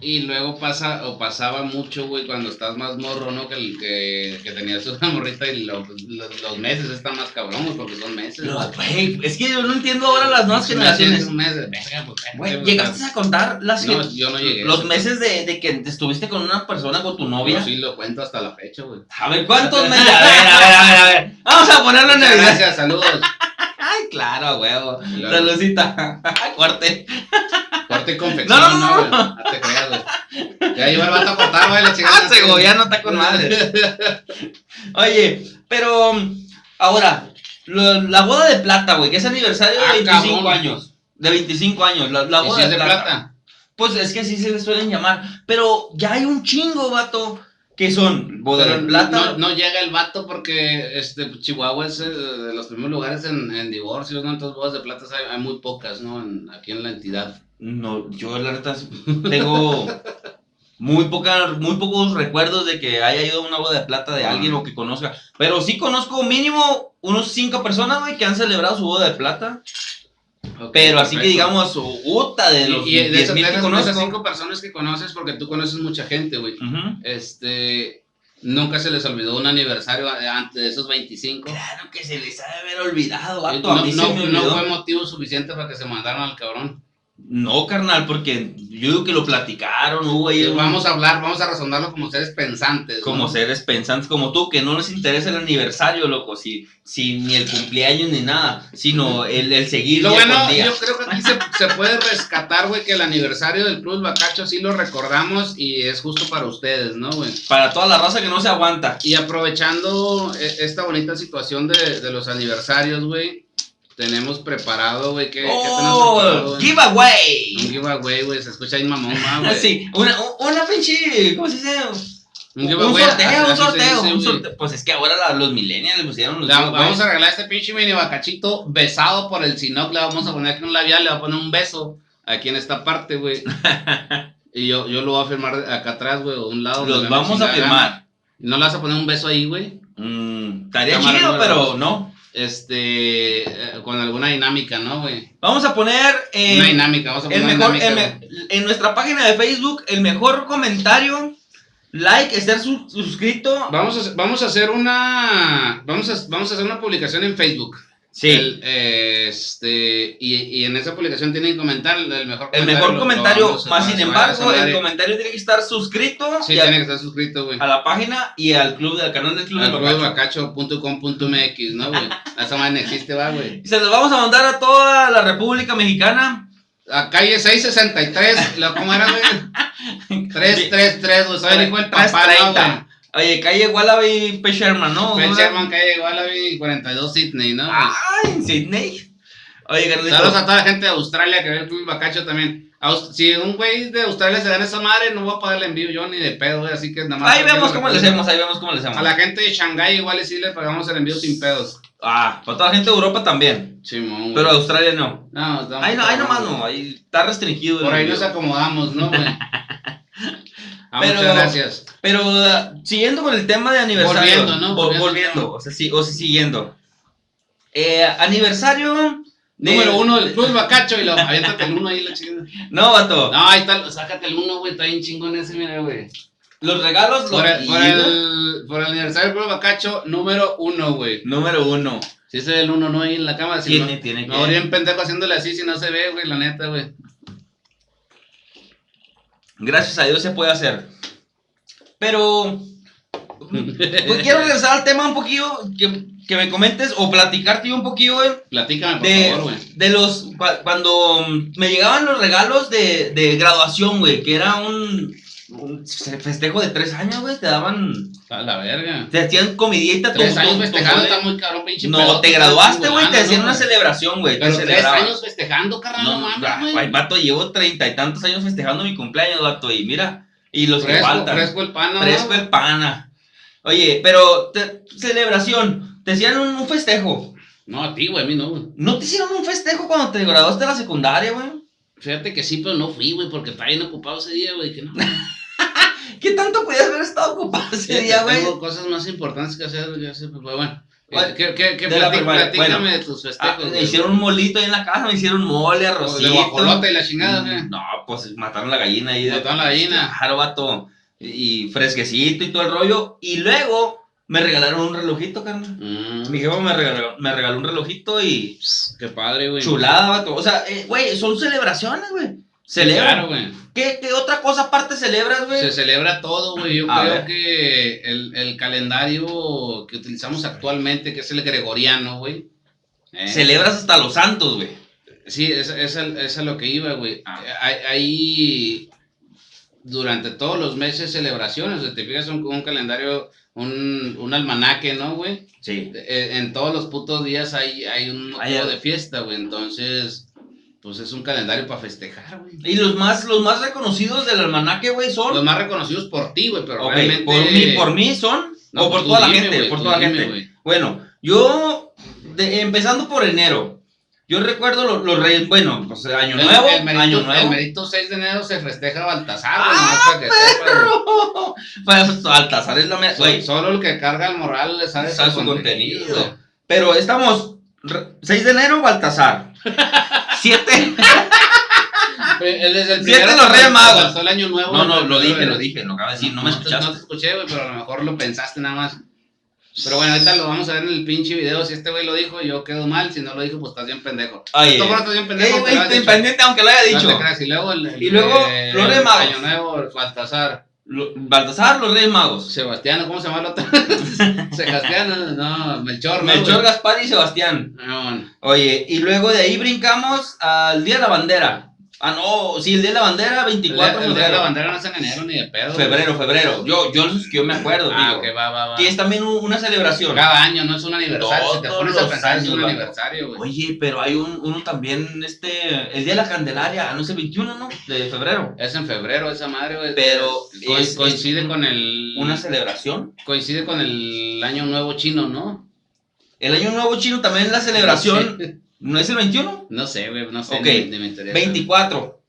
Speaker 3: Y luego pasa, o pasaba mucho, güey, cuando estás más morro, ¿no? Que, el- que, que tenías una morrita y lo- los, los meses están más cabrón, güey, porque son meses.
Speaker 2: Pero,
Speaker 3: güey.
Speaker 2: güey, es que yo no entiendo ahora las nuevas
Speaker 3: Sí,
Speaker 2: generaciones.
Speaker 3: son meses, verga, pues, verga,
Speaker 2: Güey,
Speaker 3: güey,
Speaker 2: llegaste a contar las
Speaker 3: No,
Speaker 2: gen-
Speaker 3: yo no llegué.
Speaker 2: los meses de, de que te estuviste con una persona, con tu novia.
Speaker 3: Yo sí lo cuento hasta la fecha, güey.
Speaker 2: A ver, ¿cuántos meses? A ver, a ver, a ver, a ver. Vamos a ponerlo en
Speaker 3: Muchas
Speaker 2: evidencia.
Speaker 3: Gracias, saludos.
Speaker 2: Ay, claro, huevo.
Speaker 3: Claro.
Speaker 2: Saludcita. Corte.
Speaker 3: Corte y confección,
Speaker 2: No, no, no,
Speaker 3: no, güey. No te creas, güey. Ya iba el vato a cortar, güey, Ah, le
Speaker 2: Ah,
Speaker 3: chingaste.
Speaker 2: no está con madre. Oye, pero um, ahora, lo- la boda de plata, güey, que es aniversario de
Speaker 3: Ah,
Speaker 2: 25
Speaker 3: cabrón.
Speaker 2: años. De 25 años, la, la
Speaker 3: ¿Y
Speaker 2: boda
Speaker 3: si es de
Speaker 2: plata.
Speaker 3: plata?
Speaker 2: Pues es que así se le suelen llamar. Pero ya hay un chingo, vato, ¿Qué son? ¿Boda
Speaker 3: Pero
Speaker 2: de plata?
Speaker 3: No, no llega el vato porque este, Chihuahua es eh, de los primeros lugares en, en divorcios, ¿no? Entonces, bodas de plata hay, hay muy pocas, ¿no? En- aquí en la entidad.
Speaker 2: No, yo la neta tengo muy, poca, muy pocos recuerdos de que haya ido a una boda de plata
Speaker 3: Ah.
Speaker 2: de alguien o que conozca. Pero sí conozco mínimo unos cinco personas, güey, que han celebrado su boda de plata.
Speaker 3: Ok,
Speaker 2: Pero así que
Speaker 3: perfecto.
Speaker 2: digamos, su puta de los
Speaker 3: Y, y de, esas,
Speaker 2: 10,000
Speaker 3: de
Speaker 2: que
Speaker 3: esas- de esas
Speaker 2: conozco.
Speaker 3: cinco personas que conoces, porque tú conoces mucha gente, güey.
Speaker 2: Ujú.
Speaker 3: Este. Nunca se les olvidó un aniversario a- antes de esos 25.
Speaker 2: Claro que se les ha de haber olvidado, vato,
Speaker 3: no,
Speaker 2: a mí se
Speaker 3: Eh, no-
Speaker 2: me
Speaker 3: no
Speaker 2: olvidó.
Speaker 3: fue motivo suficiente para que se mandaran al cabrón.
Speaker 2: No, carnal, porque yo digo que lo platicaron, hubo ahí un-
Speaker 3: vamos a hablar, vamos a razonarlo como seres pensantes.
Speaker 2: como
Speaker 3: ¿no?
Speaker 2: seres pensantes como tú, que no les interesa el aniversario, loco, si, si ni el cumpleaños ni nada, sino el, el seguir
Speaker 3: Lo
Speaker 2: día
Speaker 3: bueno,
Speaker 2: con día.
Speaker 3: yo creo que aquí se, se puede rescatar, güey, que el aniversario del Club Bacacho sí lo recordamos y es justo para ustedes, ¿no, güey?
Speaker 2: Para toda la raza que no se aguanta.
Speaker 3: Y aprovechando eh, esta bonita situación de, de los aniversarios, güey, tenemos preparado, güey, que...
Speaker 2: ¡Oh!
Speaker 3: Un
Speaker 2: ¡Giveaway!
Speaker 3: giveaway, güey, se escucha ahí mamón, ma, güey.
Speaker 2: Ah, Sí, una, una pinche, ¿cómo se dice?
Speaker 3: Un
Speaker 2: un
Speaker 3: giveaway.
Speaker 2: sorteo,
Speaker 3: así
Speaker 2: un
Speaker 3: se
Speaker 2: sorteo,
Speaker 3: dice,
Speaker 2: un
Speaker 3: güey.
Speaker 2: sorteo. Pues es que ahora la- los millennials le pusieron los
Speaker 3: La-
Speaker 2: giveaways.
Speaker 3: vamos a regalar este pinche mini bacachito besado por el Sinoc. Le vamos a poner aquí un labial, le va a poner un beso aquí en esta parte, güey. y yo, yo lo voy a firmar acá atrás, güey, o un lado.
Speaker 2: Los
Speaker 3: donde la
Speaker 2: vamos a
Speaker 3: chingada.
Speaker 2: firmar.
Speaker 3: ¿No le vas a poner un beso ahí, güey?
Speaker 2: Mm, estaría
Speaker 3: Cámara
Speaker 2: chido,
Speaker 3: número
Speaker 2: pero
Speaker 3: dos.
Speaker 2: no.
Speaker 3: Este, eh, con alguna dinámica, ¿no, güey?
Speaker 2: Vamos a poner. eh,
Speaker 3: Una dinámica, vamos a poner
Speaker 2: El
Speaker 3: una
Speaker 2: mejor, el
Speaker 3: dinámica.
Speaker 2: me- en nuestra página de Facebook, el mejor comentario, like, estar su- suscrito.
Speaker 3: Vamos a, vamos a hacer una vamos a, vamos a hacer una publicación en Facebook.
Speaker 2: Sí, el,
Speaker 3: El, eh, este, y, y en esa publicación tienen que comentar el mejor
Speaker 2: mejor
Speaker 3: lo- lo
Speaker 2: comentario,
Speaker 3: vamos a-
Speaker 2: más
Speaker 3: se
Speaker 2: sin
Speaker 3: va a- se va
Speaker 2: embargo,
Speaker 3: a dar
Speaker 2: el
Speaker 3: ahí.
Speaker 2: comentario tiene que estar suscrito
Speaker 3: Sí,
Speaker 2: y a,
Speaker 3: tiene que estar suscrito, güey.
Speaker 2: a la página y al club, del canal del Club del Bacacho.
Speaker 3: Alfredobacacho.com.mx, ¿no, güey? Esa madre no existe, va, güey.
Speaker 2: Y Se los vamos a mandar a toda la República Mexicana.
Speaker 3: A calle 663, ¿lo- ¿cómo era, güey? 333, güey. Soy el hijo del papá, ¿no,
Speaker 2: 330. Oye, calle Wallaby y P. Sherman, ¿no? Ah,
Speaker 3: güey? Ben Sherman, calle Wallaby, 42 Sydney, ¿no? güey?
Speaker 2: Ay, en Sydney. Oye,
Speaker 3: Saludos
Speaker 2: Carlitos.
Speaker 3: a toda la gente de Australia que ve el Club Bacacho también. Aus- Si un güey de Australia se da en esa madre, no voy a pagarle envío yo ni de pedo, güey. Así que nada más.
Speaker 2: Ahí vemos cómo le hacemos, ahí vemos cómo le
Speaker 3: A
Speaker 2: hacemos.
Speaker 3: la gente de Shanghái igual y sí le pagamos el envío sin pedos.
Speaker 2: Ah, para toda la gente de Europa también,
Speaker 3: Simón, güey.
Speaker 2: pero Australia no.
Speaker 3: No, estamos-
Speaker 2: Ahí, no, ahí nomás no, ahí está restringido. el
Speaker 3: Por ahí
Speaker 2: video.
Speaker 3: nos acomodamos, ¿no, güey? Ah,
Speaker 2: Pero-
Speaker 3: Muchas gracias.
Speaker 2: Pero ah, siguiendo con el tema de aniversario.
Speaker 3: Volviendo, ¿no?
Speaker 2: Vol-
Speaker 3: Volviendo.
Speaker 2: volviendo, o sea, sí, o sea, siguiendo. Eh, aniversario. de-
Speaker 3: Número uno del Club Bacacho y lo aviéntate el uno ahí, la chingada.
Speaker 2: No, vato.
Speaker 3: No, ahí está, sácate el uno, güey, está bien chingón ese, mira, güey.
Speaker 2: Los regalos.
Speaker 3: Por, el-
Speaker 2: los-
Speaker 3: por el, por el aniversario del Club Bacacho, número uno, güey.
Speaker 2: Número uno.
Speaker 3: Si se ve el uno, ¿no? Ahí en la cámara. Si
Speaker 2: tiene,
Speaker 3: no,
Speaker 2: tiene
Speaker 3: me voy
Speaker 2: que.
Speaker 3: bien pendejo haciéndole así si no se ve, güey, la neta, güey.
Speaker 2: Gracias a Dios se puede hacer. Pero. pues, quiero regresar al tema un poquillo. Que, que me comentes o platicarte yo un poquillo, güey.
Speaker 3: Platícame, por
Speaker 2: De,
Speaker 3: favor, güey.
Speaker 2: de los. cua- Cuando mm, me llegaban los regalos de, de graduación, güey, que era un, un festejo de tres años, güey, te daban.
Speaker 3: A la verga.
Speaker 2: Te hacían comidita,
Speaker 3: Tres años
Speaker 2: tu-
Speaker 3: festejando,
Speaker 2: tu-
Speaker 3: está muy cabrón, pinche
Speaker 2: No,
Speaker 3: pedote,
Speaker 2: te
Speaker 3: está
Speaker 2: graduaste, güey,
Speaker 3: chingando,
Speaker 2: te hacían
Speaker 3: ¿no,
Speaker 2: una
Speaker 3: güey?
Speaker 2: celebración, güey. te
Speaker 3: Pero tres
Speaker 2: celebraban.
Speaker 3: años festejando, carnal, no,
Speaker 2: No, ya,
Speaker 3: mames,
Speaker 2: güey,
Speaker 3: güey.
Speaker 2: vato, llevo treinta y tantos años festejando mi cumpleaños, vato, y mira, y los que
Speaker 3: Fresco,
Speaker 2: faltan.
Speaker 3: fresco el pan, ¿no?
Speaker 2: Fresco el pana. Oye, pero te- celebración, te hacían un- un festejo.
Speaker 3: No, a ti, güey, a mí no, güey.
Speaker 2: ¿No te hicieron un festejo cuando te graduaste de la secundaria, güey?
Speaker 3: Fíjate que sí, pero no fui, güey, porque estaba bien ocupado ese día, güey. Que no.
Speaker 2: ¿Qué tanto podías haber estado ocupado ese
Speaker 3: Fíjate,
Speaker 2: día, güey?
Speaker 3: Tengo cosas más importantes que hacer, güey, hacer, pues, bueno.
Speaker 2: Bueno,
Speaker 3: Eh, ¿Qué, qué, qué
Speaker 2: de la
Speaker 3: platí-
Speaker 2: primaria,
Speaker 3: platícame
Speaker 2: bueno.
Speaker 3: de tus
Speaker 2: Ah,
Speaker 3: festejos,
Speaker 2: me
Speaker 3: güey?
Speaker 2: hicieron un molito ahí en la casa, me hicieron mole,
Speaker 3: O
Speaker 2: arrocito.
Speaker 3: De guajolota y la chingada, güey.
Speaker 2: No, pues mataron la gallina ahí. de-
Speaker 3: Mataron la gallina.
Speaker 2: Claro, vato. Y y fresquecito y todo el rollo. Y luego me regalaron un relojito, carnal. Mi
Speaker 3: Mm,
Speaker 2: jefa me regaló, me regaló un relojito y
Speaker 3: qué padre, güey.
Speaker 2: chulada, vato. O sea, eh, güey, son celebraciones, güey. Celebran.
Speaker 3: Claro, güey.
Speaker 2: ¿Qué, ¿Qué otra cosa aparte celebras, güey?
Speaker 3: Se celebra todo, güey. Yo
Speaker 2: A
Speaker 3: creo
Speaker 2: ver.
Speaker 3: que el, el calendario que utilizamos actualmente, que es el gregoriano, güey. eh,
Speaker 2: Celebras hasta los santos, güey.
Speaker 3: Sí, es, es, al- es a lo que iba, güey.
Speaker 2: Ah.
Speaker 3: Eh, Hay, hay durante todos los meses celebraciones, o sea, te fijas un, un calendario, un, un almanaque, ¿no, güey?
Speaker 2: Sí.
Speaker 3: Eh, en todos los putos días hay, hay un motivo
Speaker 2: Hay algo.
Speaker 3: de fiesta, güey. Entonces, pues es un calendario para festejar, güey.
Speaker 2: Y los más, los más reconocidos del almanaque, güey, son.
Speaker 3: Los más reconocidos por ti, güey, pero
Speaker 2: Ok,
Speaker 3: realmente...
Speaker 2: por, mí, por mí son.
Speaker 3: No, pues,
Speaker 2: o por
Speaker 3: tú
Speaker 2: toda la
Speaker 3: dime,
Speaker 2: gente,
Speaker 3: güey,
Speaker 2: por
Speaker 3: tú
Speaker 2: toda la
Speaker 3: dime,
Speaker 2: gente.
Speaker 3: güey.
Speaker 2: Bueno, yo, de- empezando por enero, yo recuerdo lo- los reyes, bueno, pues año
Speaker 3: El-
Speaker 2: nuevo,
Speaker 3: el merito-
Speaker 2: año
Speaker 3: El
Speaker 2: nuevo.
Speaker 3: merito 6 de enero se festeja Baltasar, güey,
Speaker 2: ¡Ah,
Speaker 3: nomás para que sepas, güey.
Speaker 2: Para Pues, Baltasar es la mera-
Speaker 3: So-
Speaker 2: güey,
Speaker 3: Solo el que carga el moral le sabe
Speaker 2: sabe
Speaker 3: su contenido. güey.
Speaker 2: Pero estamos, re- 6 de enero, Baltasar. 7,
Speaker 3: Eh, eh, Desde el
Speaker 2: Siete
Speaker 3: primero
Speaker 2: los
Speaker 3: que
Speaker 2: Reyes Magos.
Speaker 3: lanzó el año nuevo.
Speaker 2: no, no,
Speaker 3: güey,
Speaker 2: lo
Speaker 3: güey,
Speaker 2: dije,
Speaker 3: güey.
Speaker 2: lo dije, lo acabo de decir, no me
Speaker 3: te- No te
Speaker 2: escuchaste.
Speaker 3: escuché, güey, pero a lo mejor lo pensaste nada más. Pero bueno, ahorita lo vamos a ver en el pinche video. Si este güey lo dijo, yo quedo mal. Si no lo dijo, pues estás bien pendejo.
Speaker 2: Ay,
Speaker 3: Tú
Speaker 2: eh.
Speaker 3: fuera, estás bien
Speaker 2: Ey,
Speaker 3: pendejo.
Speaker 2: güey,
Speaker 3: pero lo has dicho.
Speaker 2: independiente, aunque lo haya
Speaker 3: No te
Speaker 2: dicho.
Speaker 3: creas, Y luego, el, el-
Speaker 2: Y luego,
Speaker 3: eh,
Speaker 2: los Reyes Magos.
Speaker 3: Año Nuevo, el Baltasar.
Speaker 2: Lo- Baltasar, los Reyes Magos.
Speaker 3: Sebastián, ¿cómo se llama el otro? Sebastián, no, Melchor, ¿no,
Speaker 2: Melchor,
Speaker 3: güey?
Speaker 2: Gaspar y Sebastián.
Speaker 3: No, no.
Speaker 2: Oye, y luego de ahí brincamos al Día de la Bandera. Ah, no, sí, el Día de la Bandera,
Speaker 3: El
Speaker 2: 24
Speaker 3: día-
Speaker 2: de
Speaker 3: el día de la
Speaker 2: febrero.
Speaker 3: bandera no es en enero ni de pedo. güey.
Speaker 2: Febrero, febrero. Yo, yo los que yo me acuerdo,
Speaker 3: Ah,
Speaker 2: digo.
Speaker 3: ok, va, va, va.
Speaker 2: Que es también un- una celebración.
Speaker 3: Cada año no es un aniversario. si te
Speaker 2: Todos
Speaker 3: pones a
Speaker 2: los
Speaker 3: pensar, es
Speaker 2: años,
Speaker 3: un
Speaker 2: vato.
Speaker 3: aniversario, güey.
Speaker 2: Oye, pero hay un, uno también, este, el Día de la Candelaria, no sé, 21, ¿no? De febrero.
Speaker 3: Es en febrero esa madre, güey.
Speaker 2: Pero
Speaker 3: Co-
Speaker 2: es-
Speaker 3: coincide
Speaker 2: es
Speaker 3: con el
Speaker 2: Una celebración.
Speaker 3: coincide con el año nuevo chino, ¿no?
Speaker 2: El Año Nuevo Chino también es la celebración. ¿No es el 21?
Speaker 3: No sé, güey, no sé,
Speaker 2: Ok.
Speaker 3: ni, ni me interesa.
Speaker 2: 24.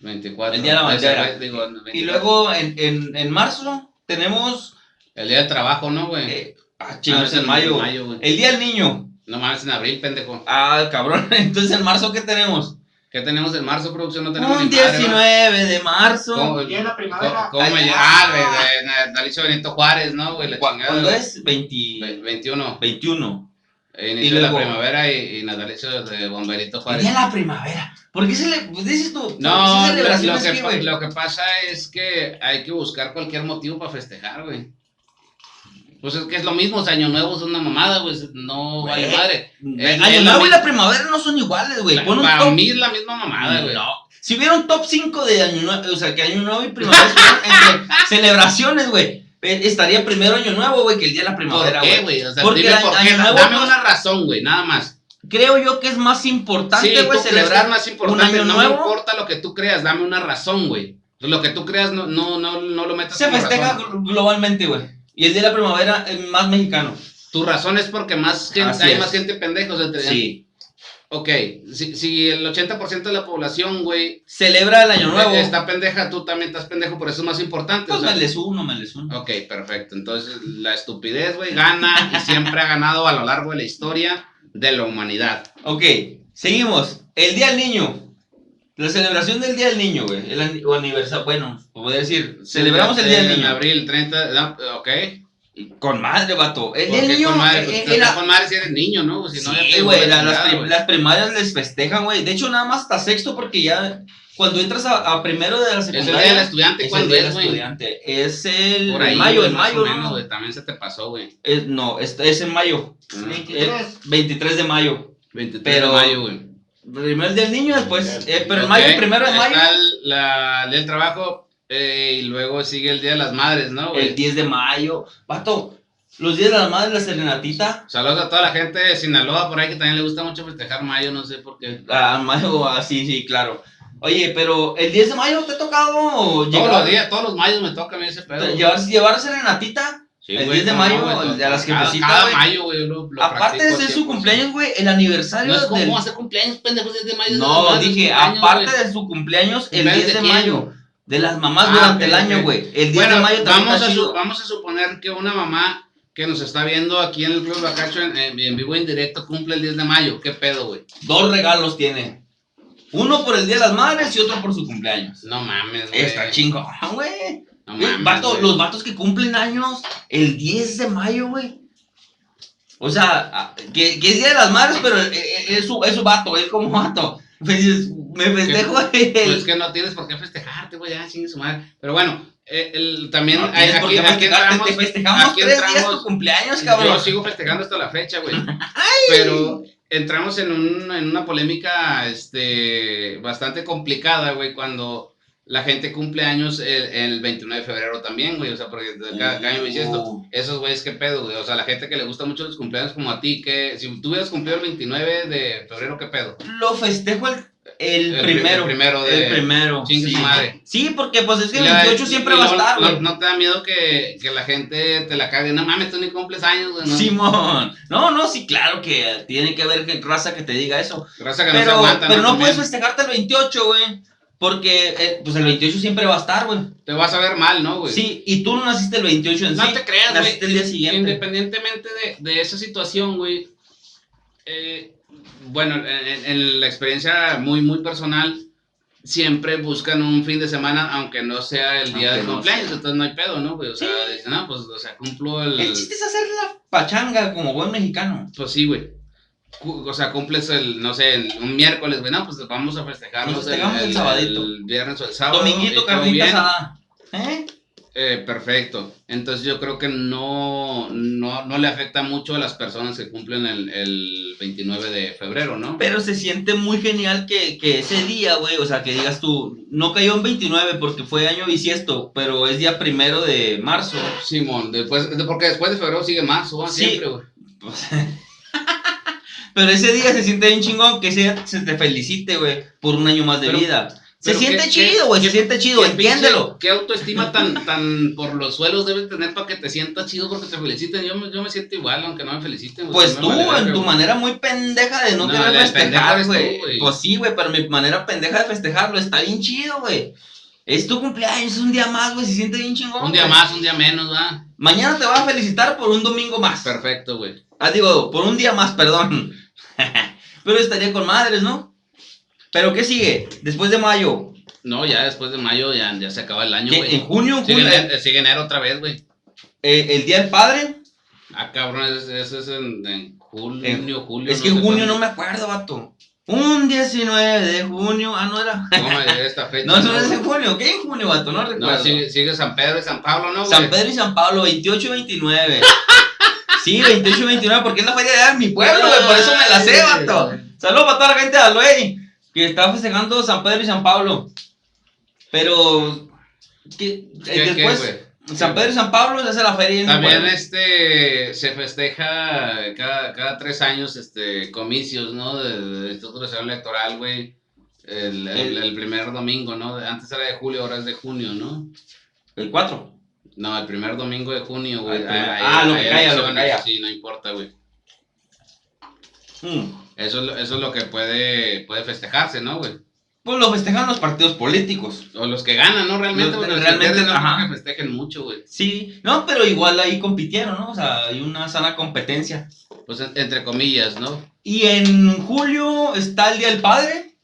Speaker 3: 24.
Speaker 2: El día de la
Speaker 3: Ese,
Speaker 2: bandera.
Speaker 3: güey, digo, no,
Speaker 2: Y
Speaker 3: 24.
Speaker 2: luego en, en, en marzo tenemos...
Speaker 3: el día del trabajo, ¿no, güey?
Speaker 2: eh, ah,
Speaker 3: Ah,
Speaker 2: chingados,
Speaker 3: es
Speaker 2: en mayo. Eh.
Speaker 3: güey.
Speaker 2: El Día del Niño.
Speaker 3: No mames, en abril, pendejo.
Speaker 2: Ah, cabrón. Entonces, ¿en marzo qué tenemos?
Speaker 3: ¿Qué tenemos en marzo, producción? No tenemos
Speaker 2: Un
Speaker 3: ni madre, ¿no?
Speaker 2: 19 de marzo.
Speaker 3: ¿Cómo-
Speaker 4: Día de la primavera.
Speaker 3: ¿Cómo, cómo me
Speaker 2: Ay,
Speaker 3: llega? Ah, güey, de- de- de Alicia Benito Juárez, ¿no, güey? La chingada,
Speaker 2: ¿Cuándo
Speaker 3: güey.
Speaker 2: Pues, es? 20,
Speaker 3: 21.
Speaker 2: 21.
Speaker 3: Inicio
Speaker 2: Y
Speaker 3: de la
Speaker 2: luego-
Speaker 3: primavera y, y natalicio de Bomberito
Speaker 2: El
Speaker 3: Juárez.
Speaker 2: día de la primavera. ¿Por qué se le pues, dices tú? ¿Qué
Speaker 3: No, lo, lo
Speaker 2: celebraciones
Speaker 3: que,
Speaker 2: que,
Speaker 3: pa-
Speaker 2: güey?
Speaker 3: lo que pasa es que hay que buscar cualquier motivo para festejar, güey. Pues es que es lo mismo, o sea, Año Nuevo es una mamada, güey, no
Speaker 2: Güey,
Speaker 3: vale madre. es-
Speaker 2: Año
Speaker 3: es la
Speaker 2: nuevo y
Speaker 3: misma-
Speaker 2: la primavera no son iguales, güey. Pon un
Speaker 3: para
Speaker 2: top.
Speaker 3: mí es la misma mamada, güey.
Speaker 2: No. Si hubiera un top 5 de año nuevo, o sea, que año nuevo y primavera estuvieran entre celebraciones, güey. eh, Estaría primero año nuevo, güey, que el día de la primavera,
Speaker 3: ¿Por qué,
Speaker 2: güey.
Speaker 3: güey? O sea,
Speaker 2: Porque
Speaker 3: dime
Speaker 2: a-
Speaker 3: por
Speaker 2: Año
Speaker 3: qué.
Speaker 2: Nuevo
Speaker 3: Dame
Speaker 2: no-
Speaker 3: una razón, güey, nada más.
Speaker 2: Creo yo que es más importante,
Speaker 3: sí,
Speaker 2: güey,
Speaker 3: tú crees que es
Speaker 2: celebrar
Speaker 3: más importante,
Speaker 2: año
Speaker 3: no
Speaker 2: nuevo.
Speaker 3: me importa lo que tú creas, dame una razón, güey. Pues Lo que tú creas no, no, no, no lo metas
Speaker 2: Se
Speaker 3: como
Speaker 2: festeja
Speaker 3: razón.
Speaker 2: glo- globalmente, güey. Y el Día de la Primavera es más mexicano.
Speaker 3: Tu razón es porque más gente,
Speaker 2: Así
Speaker 3: hay
Speaker 2: es.
Speaker 3: más gente pendeja, o sea, te- Ok, si, si el 80% de la población, güey,
Speaker 2: Celebra el Año Nuevo.
Speaker 3: está pendeja, tú también estás pendejo, por eso es más importante. o
Speaker 2: Pues
Speaker 3: sea.
Speaker 2: me les uno, me les uno.
Speaker 3: Ok, perfecto. Entonces, la estupidez, güey, gana y siempre ha ganado a lo largo de la historia de la humanidad.
Speaker 2: Ok, seguimos. El Día del Niño. La celebración del Día del Niño, güey. El ani- o aniversario, bueno, podría decir, celebramos el Día del
Speaker 3: En
Speaker 2: Niño.
Speaker 3: abril 30, no, ok.
Speaker 2: Con madre, vato. El Día
Speaker 3: Porque
Speaker 2: del Niño
Speaker 3: con madre,
Speaker 2: eh,
Speaker 3: pues,
Speaker 2: eh, era-
Speaker 3: con madre si eres niño, ¿no? Si no, ya
Speaker 2: Sí,
Speaker 3: te
Speaker 2: güey,
Speaker 3: digo,
Speaker 2: la- las,
Speaker 3: chingada,
Speaker 2: prim-
Speaker 3: güey.
Speaker 2: las primarias les festejan, güey. De hecho, nada más hasta sexto porque ya cuando entras a, a primero de la
Speaker 3: Es el día del
Speaker 2: secundaria...
Speaker 3: estudiante,
Speaker 2: Es el
Speaker 3: ¿cuándo
Speaker 2: día del
Speaker 3: es, güey?
Speaker 2: estudiante. Es el
Speaker 3: Por ahí,
Speaker 2: en mayo,
Speaker 3: güey,
Speaker 2: en
Speaker 3: más
Speaker 2: mayo,
Speaker 3: o
Speaker 2: ¿no?
Speaker 3: menos, güey, también se te pasó, güey.
Speaker 2: Es- no, es, es en mayo.
Speaker 3: Ah,
Speaker 4: 23.
Speaker 2: 23 de mayo.
Speaker 3: 23
Speaker 2: Pero-
Speaker 3: de mayo, güey.
Speaker 2: Primero el del niño, después. eh, pero en
Speaker 3: Ok,
Speaker 2: mayo, primero de
Speaker 3: ahí
Speaker 2: mayo.
Speaker 3: Está el, la- el día del trabajo eh, y luego sigue el día de las madres, ¿no? güey?
Speaker 2: El 10 de mayo. Pato, los días de la madre, la serenatita.
Speaker 3: Saludos a toda la gente de Sinaloa por ahí que también le gusta mucho festejar mayo, no sé por qué.
Speaker 2: Ah, mayo, ah, sí, sí, claro. Oye, pero el 10 de mayo te ha tocado
Speaker 3: Todos
Speaker 2: llegar-
Speaker 3: los días, todos los mayos me toca a mí ese pedo.
Speaker 2: te- llevar, llevar serenatita.
Speaker 3: Sí,
Speaker 2: el
Speaker 3: güey,
Speaker 2: 10 de
Speaker 3: no,
Speaker 2: mayo,
Speaker 3: güey,
Speaker 2: el
Speaker 3: todo-
Speaker 2: de las
Speaker 3: cada-
Speaker 2: jefecitas,
Speaker 3: Cada,
Speaker 2: güey.
Speaker 3: mayo, güey, lo, lo
Speaker 2: Aparte
Speaker 3: practico
Speaker 2: de ser su
Speaker 3: 100%.
Speaker 2: cumpleaños, güey, el aniversario
Speaker 3: No es
Speaker 2: del-
Speaker 3: como hacer cumpleaños, pendejos, es de mayo. es de las
Speaker 2: No,
Speaker 3: madres,
Speaker 2: dije,
Speaker 3: cumpleaños,
Speaker 2: aparte
Speaker 3: güey.
Speaker 2: de su cumpleaños, el
Speaker 3: ¿Cumpleaños
Speaker 2: 10
Speaker 3: de
Speaker 2: de
Speaker 3: quién?
Speaker 2: mayo. De las mamás
Speaker 3: Ah,
Speaker 2: durante
Speaker 3: ok,
Speaker 2: el año,
Speaker 3: ok.
Speaker 2: güey. El 10 de
Speaker 3: Bueno,
Speaker 2: mayo también
Speaker 3: vamos
Speaker 2: está
Speaker 3: a, su-
Speaker 2: chido.
Speaker 3: vamos a suponer que una mamá que nos está viendo aquí en el Club Bacacho en, en- en vivo y en directo cumple el 10 de mayo. ¿Qué pedo, güey?
Speaker 2: Dos regalos tiene. Uno por el Día de las Madres y otro por su cumpleaños.
Speaker 3: No mames, güey.
Speaker 2: Está chingón, güey.
Speaker 3: No mames,
Speaker 2: Vato,
Speaker 3: güey.
Speaker 2: los vatos que cumplen años el 10 de mayo, güey. O sea, a- que, que es Día de las Madres, pero eh, eh, es su, es su vato, él como vato. Me dices, me festejo
Speaker 3: Pues es
Speaker 2: el...
Speaker 3: que no tienes por qué festejarte, güey, ya, chingue su madre. Pero bueno, eh, el- también
Speaker 2: No
Speaker 3: hay-
Speaker 2: tienes por
Speaker 3: aquí,
Speaker 2: qué
Speaker 3: aquí
Speaker 2: festejar, ah,
Speaker 3: entramos,
Speaker 2: te festejamos
Speaker 3: aquí
Speaker 2: tres días
Speaker 3: entramos-
Speaker 2: tu cumpleaños, cabrón.
Speaker 3: Yo sigo festejando hasta la fecha, güey. Pero entramos en, un- en una polémica este, bastante complicada, güey, cuando la gente cumple años el, el 29 de febrero también, güey. O sea, porque de cada, cada año me dice esto.
Speaker 2: Uh.
Speaker 3: Esos güeyes, qué pedo, güey. O sea, la gente que le gusta mucho los cumpleaños como a ti, que si tú hubieras cumplido el 29 de febrero, qué pedo.
Speaker 2: Lo festejo el, el
Speaker 3: El pri-
Speaker 2: primero.
Speaker 3: El primero de.
Speaker 2: El primero.
Speaker 3: Chingue
Speaker 2: sí.
Speaker 3: su madre.
Speaker 2: Sí, porque pues es que el
Speaker 3: Y la-
Speaker 2: 28 siempre
Speaker 3: y
Speaker 2: va a
Speaker 3: no-
Speaker 2: estar,
Speaker 3: no-
Speaker 2: güey.
Speaker 3: No, te da miedo que, que la gente te la cague. No mames, tú ni cumples años, güey. ¿no?
Speaker 2: Simón. No, no, sí, claro que tiene que haber que- raza que te diga eso.
Speaker 3: Raza que no se
Speaker 2: Pero,
Speaker 3: aguanta,
Speaker 2: pero no
Speaker 3: También
Speaker 2: puedes festejarte el 28, güey. Porque eh, pues el 28 siempre va a estar, güey.
Speaker 3: Te vas a ver mal, ¿no, güey?
Speaker 2: Sí, y tú no naciste el 28 en
Speaker 3: No
Speaker 2: sí.
Speaker 3: te creas, güey.
Speaker 2: Naciste el día siguiente.
Speaker 3: Independientemente de, de esa situación, güey. eh, bueno, en, en- en la experiencia muy, muy personal, siempre buscan un fin de semana, aunque no sea el día
Speaker 2: Aunque
Speaker 3: del
Speaker 2: no
Speaker 3: cumpleaños,
Speaker 2: sea.
Speaker 3: entonces no hay pedo, ¿no? güey? O sea,
Speaker 2: Sí.
Speaker 3: dicen, ah, pues, o sea, cumplo el.
Speaker 2: El chiste es hacer la pachanga como buen mexicano.
Speaker 3: Pues sí, güey. Cu- O sea, cumples el, no sé, el- un miércoles, güey, no, pues vamos a festejarnos
Speaker 2: Nos festejamos el sabadito.
Speaker 3: el viernes o el sábado. Ah, y
Speaker 2: Dominguito,
Speaker 3: todo
Speaker 2: carnita
Speaker 3: bien.
Speaker 2: asada. ¿Eh?
Speaker 3: Eh, perfecto. Entonces yo creo que no, no, no le afecta mucho a las personas que cumplen el, el 29 de febrero, ¿no?
Speaker 2: Pero se siente muy genial que, que ese día, güey, o sea, que digas tú, no cayó en 29 porque fue año bisiesto, pero es día primero de marzo.
Speaker 3: Simón, después, de- porque después de febrero sigue marzo, ¿va?
Speaker 2: Sí.
Speaker 3: siempre, güey.
Speaker 2: Pues, pero ese día se siente bien chingón que sea, se te felicite, güey, por un año más de
Speaker 3: Pero-
Speaker 2: vida. Se
Speaker 3: pero
Speaker 2: siente
Speaker 3: qué-
Speaker 2: chido,
Speaker 3: qué-
Speaker 2: güey, se
Speaker 3: qué-
Speaker 2: siente chido,
Speaker 3: Qué pinche-
Speaker 2: entiéndelo.
Speaker 3: Qué autoestima tan, tan por los suelos debes tener para que te sientas chido porque te feliciten. Yo, me- yo me siento igual, aunque no me feliciten. güey,
Speaker 2: Pues
Speaker 3: me
Speaker 2: tú,
Speaker 3: vale verga,
Speaker 2: en tu
Speaker 3: güey.
Speaker 2: manera muy pendeja de no,
Speaker 3: No,
Speaker 2: querer
Speaker 3: la pendeja
Speaker 2: festejar,
Speaker 3: eres tú,
Speaker 2: güey.
Speaker 3: güey.
Speaker 2: Pues sí, güey, pero mi manera pendeja de festejarlo está bien chido, güey. Es tu cumpleaños, es un día más, güey, se siente bien chingón.
Speaker 3: Un día
Speaker 2: güey.
Speaker 3: más, un día menos, ¿va?
Speaker 2: Mañana te va a felicitar por un domingo más.
Speaker 3: Perfecto, güey.
Speaker 2: Ah, digo, por un día más, perdón. Pero estaría con madres, ¿no? Pero ¿qué sigue? Después de mayo.
Speaker 3: No, ya después de mayo ya, ya se acaba el año,
Speaker 2: ¿Qué?
Speaker 3: güey.
Speaker 2: En junio, en
Speaker 3: Sigue,
Speaker 2: julio,
Speaker 3: ene- eh, sigue enero otra vez, güey.
Speaker 2: eh, el Día del Padre.
Speaker 3: Ah, cabrón, ese, ese es en, en junio, julio.
Speaker 2: es que en junio no
Speaker 3: me...
Speaker 2: me acuerdo, vato. Un 19 de junio. Ah, no era.
Speaker 3: No, de esta fecha.
Speaker 2: Eh, No, no es
Speaker 3: güey.
Speaker 2: en junio. ¿Qué en junio, vato? No
Speaker 3: No,
Speaker 2: recuerdo.
Speaker 3: sigue, sigue San Pedro y San Pablo, ¿no, güey?
Speaker 2: San Pedro y San Pablo, 28 y 29. Sí, 28 y 29, porque es la feria de edad de mi pueblo, güey, por eso me la sé,
Speaker 3: Ay,
Speaker 2: vato.
Speaker 3: Ah, güey.
Speaker 2: Saludos para toda la gente de Aloe, que está festejando San Pedro y San Pablo. Pero, que, eh,
Speaker 3: ¿Qué- qué,
Speaker 2: después,
Speaker 3: güey?
Speaker 2: San Pedro y San Pablo se hace la feria en mi
Speaker 3: También
Speaker 2: pueblo.
Speaker 3: este, se festeja cada, cada tres años este, comicios, ¿no? De, de Instituto Nacional Electoral, güey. El, el-
Speaker 2: El-
Speaker 3: el primer domingo, ¿no? Antes era de julio, ahora es de junio, ¿no?
Speaker 2: El 4.
Speaker 3: No, el primer domingo de junio,
Speaker 2: Ah,
Speaker 3: güey.
Speaker 2: el primer- ah, lo que caiga, lo que
Speaker 3: elecciones,
Speaker 2: caiga.
Speaker 3: Sí, no importa, güey.
Speaker 2: Mm.
Speaker 3: Eso, es lo- eso es lo que puede, puede festejarse, ¿no, güey?
Speaker 2: Pues lo festejan los partidos políticos.
Speaker 3: O los que ganan, ¿no? Realmente,
Speaker 2: Los-
Speaker 3: porque los que
Speaker 2: realmente,
Speaker 3: pierden no creo
Speaker 2: ajá.
Speaker 3: que festejen mucho, güey.
Speaker 2: Sí, no, pero igual ahí compitieron, ¿no? O sea, hay una sana competencia.
Speaker 3: Pues en- entre comillas, ¿no?
Speaker 2: Y en julio está el Día del Padre,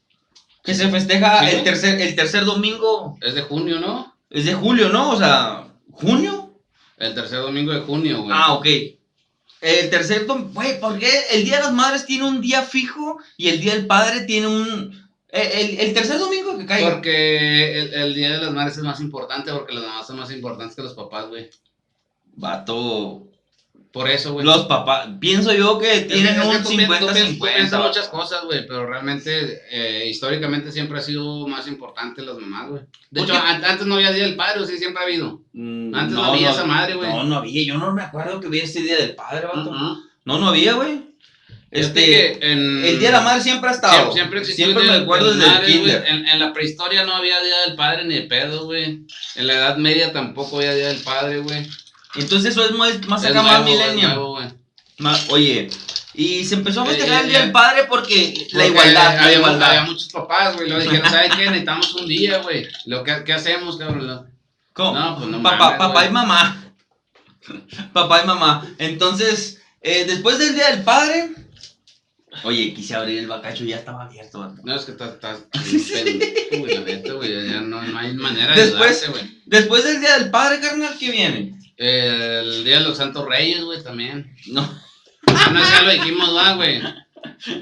Speaker 2: que se festeja
Speaker 3: Sí,
Speaker 2: el,
Speaker 3: ¿no?
Speaker 2: tercer, el tercer domingo,
Speaker 3: Es de junio, ¿no?
Speaker 2: es de julio, ¿no? O sea, ¿junio?
Speaker 3: El tercer domingo de junio, güey.
Speaker 2: Ah, ok. El tercer domingo, güey, ¿por qué el Día de las Madres tiene un día fijo y el Día del Padre tiene un... eh, El, el tercer domingo que cae.
Speaker 3: Porque el, el Día de las Madres es más importante, porque las mamás son más importantes que los papás, güey.
Speaker 2: Vato.
Speaker 3: Por eso, güey.
Speaker 2: Los papás, pienso yo que
Speaker 3: Es
Speaker 2: tienen
Speaker 3: que- es que
Speaker 2: un
Speaker 3: tú pi- tú pi- tú piensas
Speaker 2: 50-50.
Speaker 3: muchas cosas, güey, pero realmente eh, históricamente siempre ha sido más importante las mamás, güey. De
Speaker 2: ¿Por
Speaker 3: hecho,
Speaker 2: qué?
Speaker 3: an- antes no había Día del Padre, o sí, siempre ha habido.
Speaker 2: Mm,
Speaker 3: Antes no había esa madre, güey.
Speaker 2: No, no había, yo no me acuerdo que hubiera ese Día del Padre, vato.
Speaker 3: Ujú.
Speaker 2: No, no había, güey. Este...
Speaker 3: Este, en-
Speaker 2: El Día de la Madre siempre ha estado.
Speaker 3: Siempre, siempre existió
Speaker 2: Siempre
Speaker 3: el
Speaker 2: me
Speaker 3: Día
Speaker 2: acuerdo
Speaker 3: del
Speaker 2: desde el
Speaker 3: Padre, güey.
Speaker 2: kinder.
Speaker 3: En, en la prehistoria no había Día del Padre ni de pedo, güey. En la Edad Media tampoco había Día del Padre, güey.
Speaker 2: Entonces eso es más, más acá,
Speaker 3: Es
Speaker 2: más
Speaker 3: nuevo, es
Speaker 2: milenio.
Speaker 3: nuevo, güey.
Speaker 2: Oye, y se empezó a festejar
Speaker 3: Eh,
Speaker 2: el Día
Speaker 3: eh,
Speaker 2: del Padre porque, la
Speaker 3: Porque
Speaker 2: igualdad, la
Speaker 3: Había,
Speaker 2: igualdad.
Speaker 3: había muchos papás, güey. Lo dijeron, ¿sabes qué? Necesitamos un día, güey. Lo que, ¿Qué hacemos, cabrón? Lo-
Speaker 2: ¿Cómo?
Speaker 3: No, pues no
Speaker 2: papá,
Speaker 3: mames,
Speaker 2: papá
Speaker 3: güey.
Speaker 2: y mamá. papá y mamá. Entonces, eh, después del Día del Padre... Oye, quise abrir el bacacho y ya estaba abierto. vato.
Speaker 3: No, es que estás. estás bien pendejo, güey, la neta, güey. Ya no, no hay manera de
Speaker 2: Después-
Speaker 3: ayudarte, güey.
Speaker 2: Después del Día del Padre, carnal, ¿qué viene?
Speaker 3: El Día de los Santos Reyes, güey, también.
Speaker 2: No,
Speaker 3: No, ya lo dijimos, va, güey. En,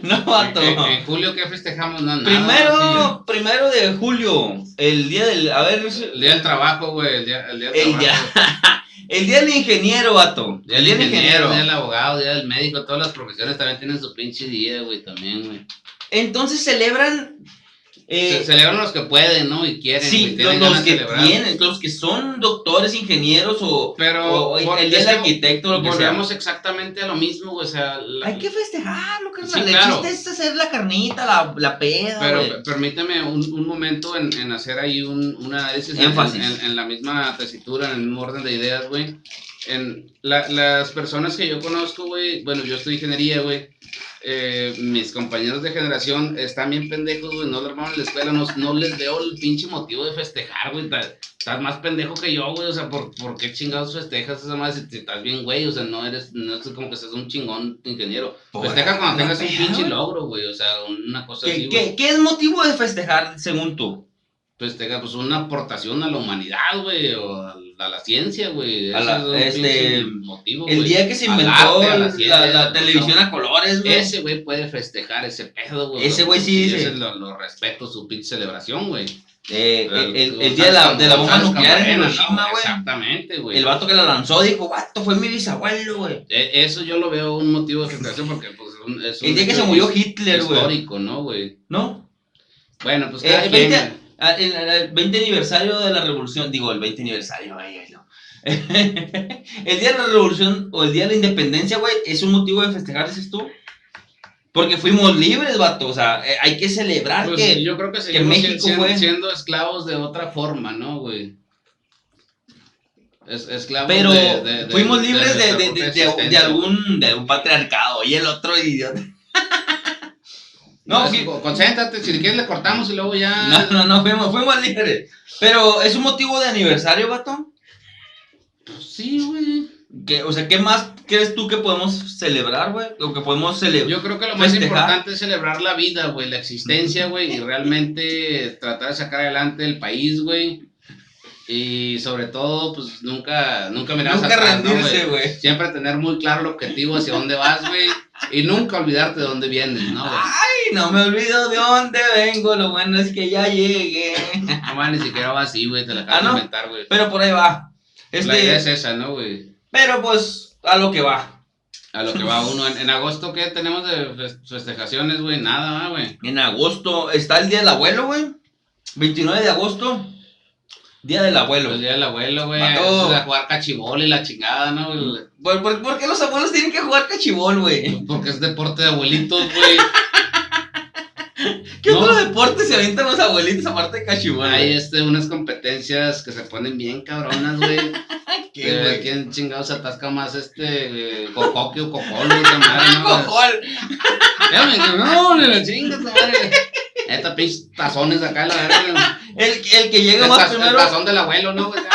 Speaker 2: no, vato.
Speaker 3: en- en julio, ¿qué festejamos? No, nada, sí.
Speaker 2: Primero, primero de julio, el día del... A ver,
Speaker 3: El día del trabajo, güey. El día, el día del
Speaker 2: El día,
Speaker 3: trabajo.
Speaker 2: el día del ingeniero, vato.
Speaker 3: Día del ingeniero, día del abogado, día del médico, todas las profesiones también tienen su pinche día, güey, también, güey.
Speaker 2: Entonces celebran eh,
Speaker 3: Se- celebran los que pueden, ¿no? Y quieren.
Speaker 2: sí,
Speaker 3: güey, tienen
Speaker 2: los
Speaker 3: ganas de
Speaker 2: que
Speaker 3: celebrar.
Speaker 2: tienen, los que son doctores, ingenieros o,
Speaker 3: Pero
Speaker 2: o el,
Speaker 3: por-
Speaker 2: el del
Speaker 3: es que
Speaker 2: arquitecto, lo que sea.
Speaker 3: volvemos exactamente a lo mismo, güey, o sea, la-
Speaker 2: Hay que festejarlo, carnal.
Speaker 3: Sí,
Speaker 2: el
Speaker 3: claro.
Speaker 2: chiste es hacer la carnita, la, la peda,
Speaker 3: Pero
Speaker 2: güey.
Speaker 3: permíteme un, un momento en, en hacer ahí un, una análisis en-
Speaker 2: Énfasis.
Speaker 3: En, en la misma tesitura, en el mismo orden de ideas, güey. En la- las personas que yo conozco, güey, bueno, yo estoy ingeniería, güey. eh, mis compañeros de generación están bien pendejos, güey, no lo armaron en la escuela, no, no les veo el pinche motivo de festejar, güey. ta- Estás más pendejo que yo, güey, o sea, ¿por, por qué chingados festejas esa madre si te- estás bien, güey? O sea, no eres, no es como que seas un chingón ingeniero.
Speaker 2: Por
Speaker 3: Festeja cuando
Speaker 2: la
Speaker 3: tengas un
Speaker 2: peda,
Speaker 3: pinche
Speaker 2: güey.
Speaker 3: logro, güey, o sea, una cosa así,
Speaker 2: ¿Qué,
Speaker 3: güey
Speaker 2: qué, qué es motivo de festejar, según tú?
Speaker 3: pues tenga pues una aportación a la humanidad, güey, o a, a la ciencia, güey.
Speaker 2: A
Speaker 3: Ese
Speaker 2: la-
Speaker 3: es un
Speaker 2: este,
Speaker 3: pinche motivo,
Speaker 2: El
Speaker 3: güey.
Speaker 2: día que se
Speaker 3: Al
Speaker 2: inventó
Speaker 3: arte, a la
Speaker 2: la,
Speaker 3: ciencia,
Speaker 2: la
Speaker 3: ¿no?
Speaker 2: televisión a colores, güey.
Speaker 3: Ese güey puede festejar ese pedo, güey.
Speaker 2: Ese güey sí
Speaker 3: Y
Speaker 2: dice-
Speaker 3: Ese lo, lo respeto, su pinche celebración, güey.
Speaker 2: Eh,
Speaker 3: El,
Speaker 2: el, el- el día de la, de la bomba nuclear en Hiroshima, güey.
Speaker 3: Exactamente, güey.
Speaker 2: El vato que la lanzó dijo, vato, fue mi bisabuelo, güey.
Speaker 3: E- Eso yo lo veo un motivo de festejación porque pues, es un- es un
Speaker 2: El día que
Speaker 3: hecho
Speaker 2: se murió Hitler, güey.
Speaker 3: Histórico, ¿no, güey?
Speaker 2: ¿No?
Speaker 3: Bueno, pues
Speaker 2: Eh,
Speaker 3: cada quien,
Speaker 2: vente a-
Speaker 3: güey.
Speaker 2: Ah, El, el 20 aniversario de la revolución, digo, el 20 aniversario, ay, ay, no. el día de la revolución o el día de la independencia, güey, es un motivo de festejar, dices tú. Porque fuimos libres, vato. O sea, eh, hay que celebrar
Speaker 3: Pues,
Speaker 2: que.
Speaker 3: yo creo que seguimos
Speaker 2: México,
Speaker 3: sien- siendo,
Speaker 2: güey.
Speaker 3: siendo esclavos de otra forma, ¿no, güey? Es, esclavos
Speaker 2: Pero
Speaker 3: de- de- de-
Speaker 2: fuimos libres de,
Speaker 3: nuestra
Speaker 2: de-
Speaker 3: propia
Speaker 2: de- de- de
Speaker 3: existencia.
Speaker 2: algún, de algún patriarcado y el otro idiota. no,
Speaker 3: Así,
Speaker 2: sí,
Speaker 3: co- Pues concéntrate, si quieres le cortamos y luego ya...
Speaker 2: no, no, no, fuimos, fuimos libres. Pero es un motivo de aniversario, vato.
Speaker 3: Sí, güey.
Speaker 2: Que, o sea, ¿qué más crees tú que podemos celebrar, güey? O que podemos celebrar.
Speaker 3: Yo creo que lo más
Speaker 2: Festejar.
Speaker 3: importante es celebrar la vida, güey, la existencia, güey, y realmente tratar de sacar adelante el país, güey. Y sobre todo, pues nunca, nunca mirarse
Speaker 2: Nunca
Speaker 3: atrás, ¿no,
Speaker 2: rendirse, güey.
Speaker 3: Siempre tener muy claro el objetivo hacia dónde vas, güey. Y nunca olvidarte de dónde vienes, ¿no? güey?
Speaker 2: Ay, no me olvido de dónde vengo. Lo bueno es que ya llegué.
Speaker 3: No más, ni siquiera va así, güey, te la
Speaker 2: Ah,
Speaker 3: acabas
Speaker 2: ¿no?
Speaker 3: de inventar, güey.
Speaker 2: Pero por ahí va.
Speaker 3: La idea es
Speaker 2: Este,
Speaker 3: esa, ¿no, güey?
Speaker 2: pero pues, a lo que va.
Speaker 3: A lo que va uno. En, en agosto, ¿qué tenemos de fes- festejaciones, güey? Nada, ah, güey.
Speaker 2: En agosto está el Día del Abuelo, güey. 29 de agosto. Día del Abuelo.
Speaker 3: El día del abuelo, güey.
Speaker 2: Vato.
Speaker 3: eso de jugar cachibol y la chingada, ¿no? güey?
Speaker 2: ¿Por, por, por qué los abuelos tienen que jugar cachibol, güey?
Speaker 3: Porque es deporte de abuelitos, güey.
Speaker 2: ¿Qué
Speaker 3: No.
Speaker 2: otro deporte se avientan los abuelitos aparte de cachibol?
Speaker 3: Hay
Speaker 2: güey?
Speaker 3: este, unas competencias que se ponen bien cabronas, güey.
Speaker 2: ¿Qué,
Speaker 3: Que
Speaker 2: güey?
Speaker 3: ver quién chingado se atasca más este eh, cocoque o cocol, güey, esa madre, ¿no?
Speaker 2: ¡Cojol!
Speaker 3: Ya me dije, no, ni la chingas, la madre. Estos pinches tazones de acá, la verdad.
Speaker 2: El, el que
Speaker 3: El,
Speaker 2: llega más
Speaker 3: taz- el
Speaker 2: primero,
Speaker 3: tazón del abuelo, ¿no, güey? Ya.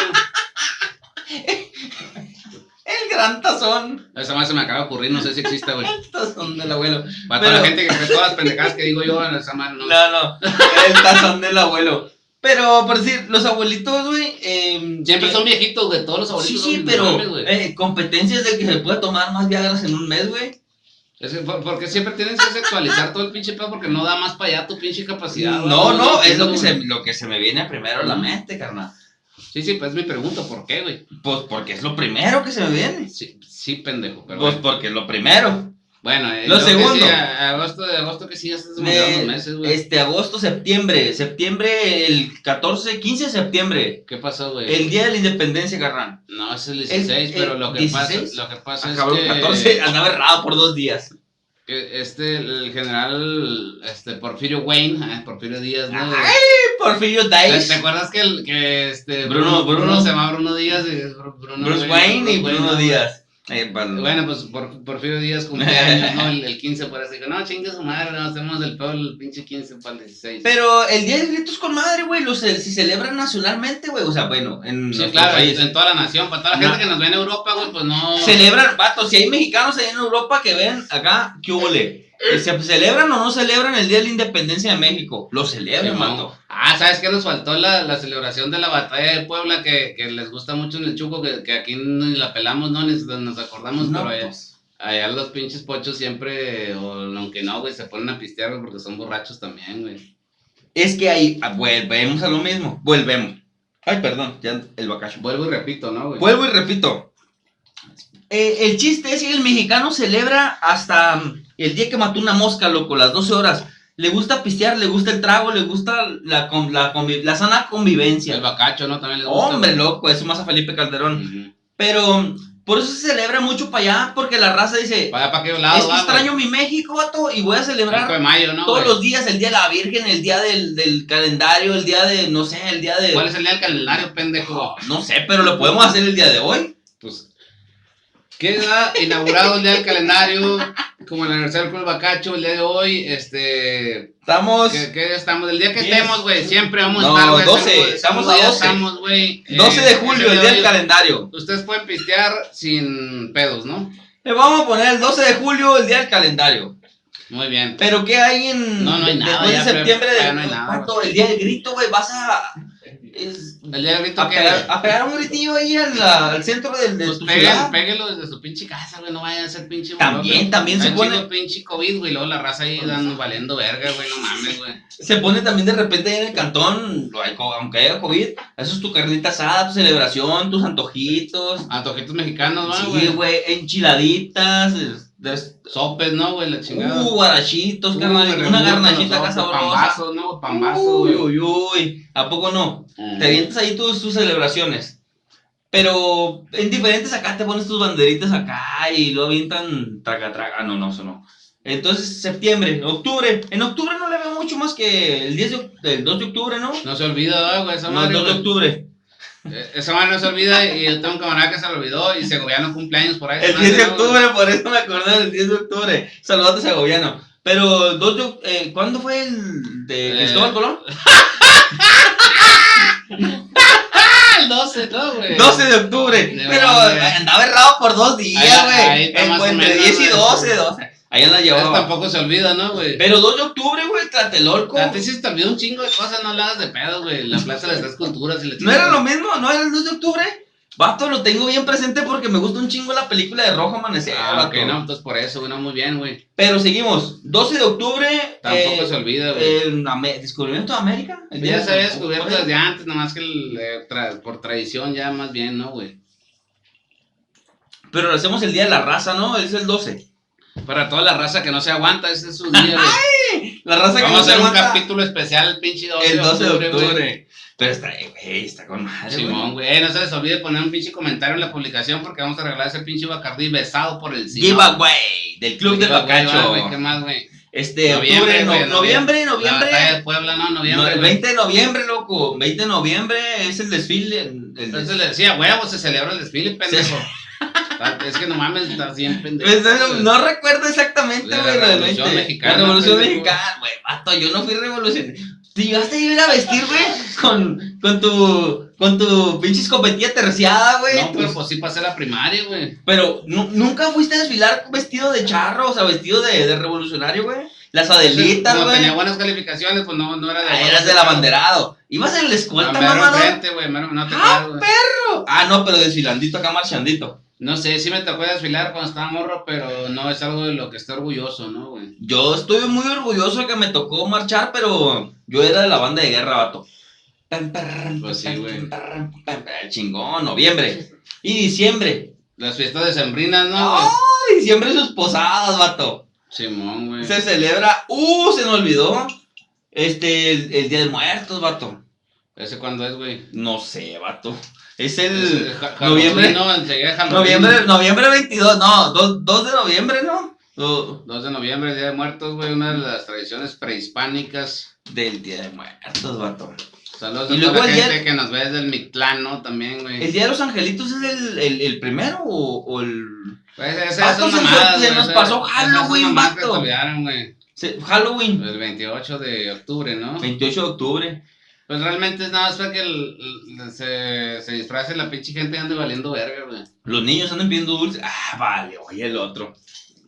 Speaker 2: el gran tazón.
Speaker 3: Esa más se me acaba de ocurrir, no sé si existe, güey.
Speaker 2: El tazón del abuelo.
Speaker 3: Para toda la
Speaker 2: Pero-
Speaker 3: gente que cree todas las pendejadas que digo yo, esa madre no.
Speaker 2: No, no. El tazón del abuelo. Pero, por decir, los abuelitos, güey. eh,
Speaker 3: Siempre
Speaker 2: que-
Speaker 3: son viejitos, güey, todos los
Speaker 2: Sí,
Speaker 3: abuelitos.
Speaker 2: sí,
Speaker 3: son-
Speaker 2: pero
Speaker 3: mames, güey.
Speaker 2: eh, competencias del que se puede tomar más viagras en un mes, güey.
Speaker 3: Es que, por- porque siempre tienes que sexualizar todo el pinche pedo porque no da más para allá tu pinche capacidad.
Speaker 2: No,
Speaker 3: güey,
Speaker 2: no,
Speaker 3: güey,
Speaker 2: es lo que,
Speaker 3: güey.
Speaker 2: se, lo que se me viene primero a la mente, carnal.
Speaker 3: Sí, sí, pues me pregunto, ¿por qué, güey?
Speaker 2: Pues porque es lo primero que se me viene.
Speaker 3: Sí, sí, pendejo, pero.
Speaker 2: Pues
Speaker 3: bueno.
Speaker 2: porque es lo primero.
Speaker 3: Bueno, eh,
Speaker 2: Lo
Speaker 3: creo que
Speaker 2: segundo.
Speaker 3: sí, a- agosto, de agosto que sí, ya se
Speaker 2: De-
Speaker 3: me los meses, güey.
Speaker 2: Este agosto, septiembre, septiembre, el 14, 15 de septiembre,
Speaker 3: ¿Qué pasó, güey?
Speaker 2: el día de la independencia, carnal.
Speaker 3: No, es el 16,
Speaker 2: el-
Speaker 3: pero lo que
Speaker 2: 16?
Speaker 3: pasa, lo que pasa
Speaker 2: Ah,
Speaker 3: es
Speaker 2: cabrón,
Speaker 3: que.
Speaker 2: 14, andaba errado por dos días.
Speaker 3: que Este, el general, este, Porfirio Wayne, ah, Porfirio Díaz, ¿no?
Speaker 2: Ay, Porfirio
Speaker 3: ¿Te, te
Speaker 2: Dice,
Speaker 3: acuerdas que, el, que este,
Speaker 2: Bruno-
Speaker 3: Bruno, Bruno,
Speaker 2: Bruno-
Speaker 3: se llama Bruno Díaz? y es Bru- Bruno
Speaker 2: Bruce Wayne y
Speaker 3: Bruno
Speaker 2: Bruno
Speaker 3: Wayne.
Speaker 2: Díaz. Eh, bueno,
Speaker 3: Bueno, pues por, Porfirio Díaz cumpleaños, ¿no? El, el 15 por eso dijo, no, chingue su madre, no, hacemos el peor el pinche 15 para el 16.
Speaker 2: Pero el día de gritos con madre, güey, los se se celebra nacionalmente, güey. O sea, bueno, en
Speaker 3: sí,
Speaker 2: nuestro
Speaker 3: claro,
Speaker 2: país.
Speaker 3: en toda la nación, para toda la
Speaker 2: No.
Speaker 3: gente que nos ve en Europa, güey, pues no.
Speaker 2: Celebran, vato, si hay mexicanos ahí en Europa que ven acá, ¿qué ole? ¿Se celebran o no celebran el Día de la Independencia de México? Lo celebran,
Speaker 3: Simón.
Speaker 2: vato.
Speaker 3: Ah, ¿sabes qué? Nos faltó la, la celebración de la batalla de Puebla que, que les gusta mucho en el Chuco, que, que aquí ni la pelamos, no, ni nos acordamos,
Speaker 2: No,
Speaker 3: pero allá,
Speaker 2: pues,
Speaker 3: allá los pinches pochos siempre, o aunque no, güey, se ponen a pistear güey, porque son borrachos también, güey.
Speaker 2: Es que ahí ah, volvemos a lo mismo. Volvemos. Ay, perdón, ya el bacacho.
Speaker 3: Vuelvo y repito, ¿no, güey?
Speaker 2: Vuelvo y repito. Eh, el chiste es que el mexicano celebra hasta mm, el día que mató una mosca, loco, las 12 horas. le gusta pistear, le gusta el trago, le gusta la, con- la, convi- la sana
Speaker 3: Y
Speaker 2: convivencia.
Speaker 3: el bacacho, ¿no? También les gusta.
Speaker 2: Hombre, loco, eso más a Felipe Calderón. Pero mm, por eso se celebra mucho para allá, porque la raza dice,
Speaker 3: Vaya para qué lado.
Speaker 2: es que
Speaker 3: va, güey?
Speaker 2: extraño mi México, vato, y voy a
Speaker 3: 5 de
Speaker 2: celebrar
Speaker 3: mayo, ¿no?
Speaker 2: todos
Speaker 3: güey?
Speaker 2: los días, el día de la Virgen, el día del, del calendario, el día de, no sé, el día de...
Speaker 3: ¿Cuál es el día del calendario, pendejo?
Speaker 2: No sé, pero lo podemos hacer el día de hoy.
Speaker 3: Pues queda inaugurado el día del calendario, como el aniversario del Club Bacacho, el día de hoy, este...
Speaker 2: Estamos...
Speaker 3: ¿Qué, qué día estamos? El día que
Speaker 1: Diez.
Speaker 3: estemos, güey, siempre vamos a
Speaker 2: No,
Speaker 3: estar, güey.
Speaker 2: 12,
Speaker 3: estamos-
Speaker 2: estamos a
Speaker 3: ya
Speaker 2: 12.
Speaker 3: Estamos, güey. eh,
Speaker 2: 12 de julio,
Speaker 3: ese
Speaker 2: el día del
Speaker 3: de hoy,
Speaker 2: calendario.
Speaker 3: Ustedes pueden pistear sin pedos, ¿no?
Speaker 2: Le vamos a poner el 12 de julio, el día del calendario.
Speaker 3: Muy bien.
Speaker 2: Pero ¿qué hay en...
Speaker 3: No, no hay nada,
Speaker 2: Después
Speaker 3: ya,
Speaker 2: de
Speaker 3: pero-
Speaker 2: septiembre de...
Speaker 3: ya no hay nada,
Speaker 2: Vato, el día del grito, güey, vas a... es-
Speaker 3: El día del grito
Speaker 2: a,
Speaker 3: que...
Speaker 2: pegar, a pegar un gritillo ahí en la- al centro del, de
Speaker 3: Pues
Speaker 2: tu
Speaker 3: péguen-
Speaker 2: ciudad.
Speaker 3: péguenlo desde su pinche casa, güey, no vayan a ser pinche
Speaker 2: También,
Speaker 3: molotes.
Speaker 2: también se
Speaker 3: Está chido
Speaker 2: pone-
Speaker 3: pinche COVID, güey, luego la raza ahí dando, valiendo verga, güey, no mames, güey.
Speaker 2: Se pone también de repente ahí en el cantón, ay, co- aunque haya COVID, eso es tu carnita asada, tu celebración, tus antojitos.
Speaker 3: Antojitos mexicanos, ¿no,
Speaker 2: Sí,
Speaker 3: güey?
Speaker 2: güey, enchiladitas, es- des-
Speaker 3: Sopes, ¿no, güey? La chingada.
Speaker 2: uh, guarachitos,
Speaker 3: Uh,
Speaker 2: carnal,
Speaker 3: güey,
Speaker 2: una
Speaker 3: remoto,
Speaker 2: garnachita
Speaker 3: los
Speaker 2: acá
Speaker 3: sopes,
Speaker 2: sabrosa.
Speaker 3: Pambazos, ¿no? Pambazos,
Speaker 2: Uy, uy,
Speaker 3: güey.
Speaker 2: uy, ¿a poco no?
Speaker 3: Mm.
Speaker 2: Te avientas ahí tus, tus celebraciones. Pero en diferentes acá te pones tus banderitas acá y lo avientan traca traca. Ah, no, no, eso no. Entonces, septiembre, octubre. En octubre no le veo mucho más que el 10 de, oc- el 2 de octubre, ¿no?
Speaker 3: No se olvida, ¿no, güey, esa
Speaker 2: No, el 2
Speaker 3: madre.
Speaker 2: de
Speaker 3: güey.
Speaker 2: octubre.
Speaker 3: Eh, Esa madre no se olvida y yo tengo un camarada que se lo olvidó y se gobierna cumpleaños por ahí.
Speaker 2: El
Speaker 3: esa
Speaker 2: 10 de
Speaker 3: madre, ¿no, güey?
Speaker 2: octubre, por eso me acordé del 10 de octubre. Saludate segoviano. Pero, 2 de, oc- eh, ¿cuándo fue el de
Speaker 3: Eh,
Speaker 2: Cristóbal Colón?
Speaker 3: Ah, el 12, ¿no, güey?
Speaker 2: 12 de octubre.
Speaker 3: de
Speaker 2: pero
Speaker 3: octubre.
Speaker 2: eh, andaba errado por dos días,
Speaker 3: Ahí- ahí
Speaker 2: güey.
Speaker 3: está más o
Speaker 2: En- Entre
Speaker 3: menos,
Speaker 2: 10 y
Speaker 3: güey.
Speaker 2: 12, 12. Ahí la
Speaker 3: Eso
Speaker 2: llevaba.
Speaker 3: tampoco se olvida, ¿no, güey?
Speaker 2: Pero 2 de octubre, güey, Tlatelolco.
Speaker 3: Antes sí se te olvidó un chingo de cosas, no le hagas de pedo, güey. La plaza de las tres culturas y la
Speaker 2: ¿No era
Speaker 3: chingada.
Speaker 2: lo mismo? ¿No era el 2 de octubre? Vato, lo tengo bien presente porque me gusta un chingo la película de Rojo Amanecer.
Speaker 3: Ah,
Speaker 2: vato.
Speaker 3: ok, no, entonces por eso, güey, no, muy bien, güey.
Speaker 2: Pero seguimos. 12 de octubre.
Speaker 3: Tampoco
Speaker 2: eh,
Speaker 3: se olvida, güey.
Speaker 2: el Ame- ¿Descubrimiento de América? El día
Speaker 3: ya
Speaker 2: de-
Speaker 3: se había descubierto desde antes, nomás que el, eh, tra- por tradición ya más bien, ¿no, güey?
Speaker 2: Pero lo hacemos el día de la raza, ¿no? Es el 12.
Speaker 3: Para toda la raza que no se aguanta, ese es su día, güey.
Speaker 2: La raza que
Speaker 3: Vamos a
Speaker 2: no se
Speaker 3: hacer un
Speaker 2: aguanta.
Speaker 3: capítulo especial, pinche 12
Speaker 2: El 12 de
Speaker 3: güey.
Speaker 2: octubre. Pero está, eh, güey, está con madre. güey.
Speaker 3: Simón, güey. Eh, No se les olvide poner un pinche comentario en la publicación porque vamos a regalar ese pinche Bacardí besado por el cine.
Speaker 2: Giveaway del Club del Bacacho.
Speaker 3: güey. ¿Qué más, güey?
Speaker 2: Este,
Speaker 3: Noviembre,
Speaker 2: octubre, no-
Speaker 3: güey,
Speaker 2: noviembre,
Speaker 3: La batalla
Speaker 2: noviembre.
Speaker 3: de Puebla, no,
Speaker 2: No,
Speaker 3: noviembre.
Speaker 2: el
Speaker 3: güey.
Speaker 2: 20 de noviembre, loco. 20 de noviembre es el desfile. el- el
Speaker 3: Entonces
Speaker 2: desfile.
Speaker 3: le decía, huevo, se celebra el desfile, pendejo. Ah, Es que no mames, estás bien pendejo.
Speaker 2: Pues, no, no recuerdo exactamente,
Speaker 3: La
Speaker 2: güey, lo del
Speaker 3: Revolución
Speaker 2: 20.
Speaker 3: Mexicana,
Speaker 2: La Revolución
Speaker 3: pendejo.
Speaker 2: Mexicana, güey, vato, yo no fui revolucionario. Te llegaste a ir a vestir, güey, con, con tu, con tu pinche escopetilla terciada, güey.
Speaker 3: No, pero
Speaker 2: tus-
Speaker 3: pues sí pasé la primaria, güey.
Speaker 2: Pero nu- nunca fuiste a desfilar vestido de charro, o sea, vestido de, de revolucionario, güey. Las adelitas,
Speaker 3: Como tenía
Speaker 2: güey.
Speaker 3: buenas calificaciones, pues no, no era de
Speaker 2: Ah, eras del abanderado. Ibas en la
Speaker 3: Ah,
Speaker 2: escolta,
Speaker 3: mero
Speaker 2: mamador.
Speaker 3: enfrente, güey, mero- no te
Speaker 2: Ah,
Speaker 3: acuerdas, güey.
Speaker 2: Ah, no, pero desfilandito acá marchandito.
Speaker 3: No sé, sí me tocó desfilar cuando estaba morro, pero no es algo de lo que estoy orgulloso, ¿no, güey?
Speaker 2: Yo estoy muy orgulloso de que me tocó marchar, pero yo era de la banda de guerra, vato. Pam, parram,
Speaker 3: Pues sí,
Speaker 2: pam,
Speaker 3: güey.
Speaker 2: parram, pam, pam. Chingón, noviembre. Y diciembre.
Speaker 3: Las fiestas decembrinas, ¿no, güey?
Speaker 2: ¡Ah! diciembre sus posadas, vato.
Speaker 3: Simón, güey.
Speaker 2: Se celebra. ¡Uh! Se me olvidó. Este, el, el Día de Muertos, vato.
Speaker 3: ¿Ese cuándo es, güey?
Speaker 2: No sé, vato. Es el
Speaker 3: Ese- ja- Halloween,
Speaker 2: noviembre,
Speaker 3: No, enseguida Halloween.
Speaker 2: noviembre, noviembre 22, no, 2, de noviembre, ¿no? O-
Speaker 3: 2 de noviembre, Día de Muertos, güey, una de las tradiciones prehispánicas.
Speaker 2: del Día de Muertos, vato.
Speaker 3: Saludos
Speaker 2: Y
Speaker 3: a
Speaker 2: luego
Speaker 3: toda la
Speaker 2: ayer-
Speaker 3: gente que nos ve desde el Mictlán, ¿no? También,
Speaker 2: ¿El
Speaker 3: güey.
Speaker 2: Día de los Angelitos es el, el, el primero o, o el...?
Speaker 3: Pues esas
Speaker 2: Vato, se nos-
Speaker 3: mamadas,
Speaker 2: se
Speaker 3: güey,
Speaker 2: nos
Speaker 3: esas-
Speaker 2: pasó
Speaker 3: esas
Speaker 2: Halloween,
Speaker 3: mamadas que
Speaker 2: vato.
Speaker 3: se olvidaron, güey.
Speaker 2: se- Halloween,
Speaker 3: El 28 de octubre, ¿no?
Speaker 2: 28 de octubre.
Speaker 3: Pues realmente es nada más para que el- el- se, se disfrace la pinche gente y ande valiendo verga, güey.
Speaker 2: Los niños andan pidiendo dulces. Ah, vale, oye el otro.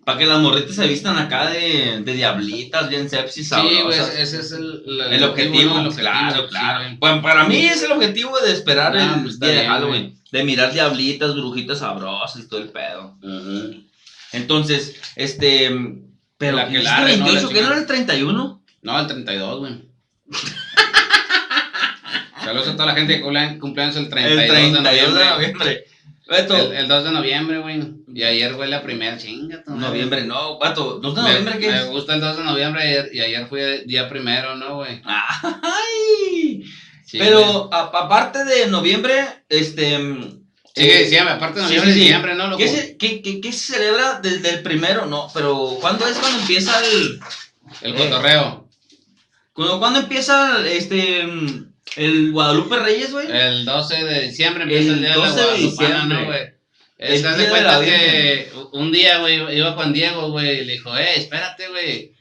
Speaker 2: Para que las morritas se vistan acá de, de diablitas, bien sepsis,
Speaker 3: Sí, güey,
Speaker 2: sabrosas.
Speaker 3: ese ese es el,
Speaker 2: el, objetivo,
Speaker 3: ¿no? El
Speaker 2: claro,
Speaker 3: sí,
Speaker 2: claro.
Speaker 3: güey.
Speaker 2: Bueno, para mí es el objetivo de esperar
Speaker 3: Ah,
Speaker 2: el
Speaker 3: pues está
Speaker 2: día de
Speaker 3: bien,
Speaker 2: Halloween. De mirar diablitas, brujitas sabrosas y todo el pedo. Entonces, este... Pero
Speaker 3: La
Speaker 2: que
Speaker 3: que
Speaker 2: el
Speaker 3: la arre, ¿no? La
Speaker 2: 28, ¿qué no
Speaker 3: chingada.
Speaker 2: era el 31?
Speaker 3: No, el 32, güey. Saludos a toda la gente que cumple- cumpleaños el 32,
Speaker 2: el 32
Speaker 3: de noviembre.
Speaker 2: de noviembre. Beto,
Speaker 3: El, el 2 de noviembre, güey. Y ayer fue la primera chinga. tu madre.
Speaker 2: noviembre, no, vato, ¿2 de
Speaker 3: Me-
Speaker 2: noviembre qué
Speaker 3: Me
Speaker 2: es?
Speaker 3: gusta el 2 de noviembre ayer- y ayer fue día primero, ¿no, güey?
Speaker 2: ¡Ay!
Speaker 3: Sí, güey.
Speaker 2: Pero a- aparte de noviembre, este... mm,
Speaker 3: Sí,
Speaker 2: eh,
Speaker 3: sí, aparte
Speaker 2: sí,
Speaker 3: de noviembre
Speaker 2: sí,
Speaker 3: y
Speaker 2: sí.
Speaker 3: diciembre, ¿no, loco?
Speaker 2: ¿Qué se, qué- qué- qué se celebra desde el primero? No, pero ¿cuándo es cuando empieza el...
Speaker 3: El
Speaker 2: Eh.
Speaker 3: cotorreo.
Speaker 2: ¿Cuándo, cuándo empieza este... mm, el Guadalupe Reyes, güey?
Speaker 3: El 12 de diciembre empieza el,
Speaker 2: El
Speaker 3: día de la
Speaker 2: 12 de
Speaker 3: Guadalupana,
Speaker 2: diciembre.
Speaker 3: ¿no, güey?
Speaker 2: El
Speaker 3: Eh, ¿Te das
Speaker 2: día de
Speaker 3: cuenta
Speaker 2: la
Speaker 3: que un día, güey, iba con Diego, güey, y le dijo, eh, espérate, güey.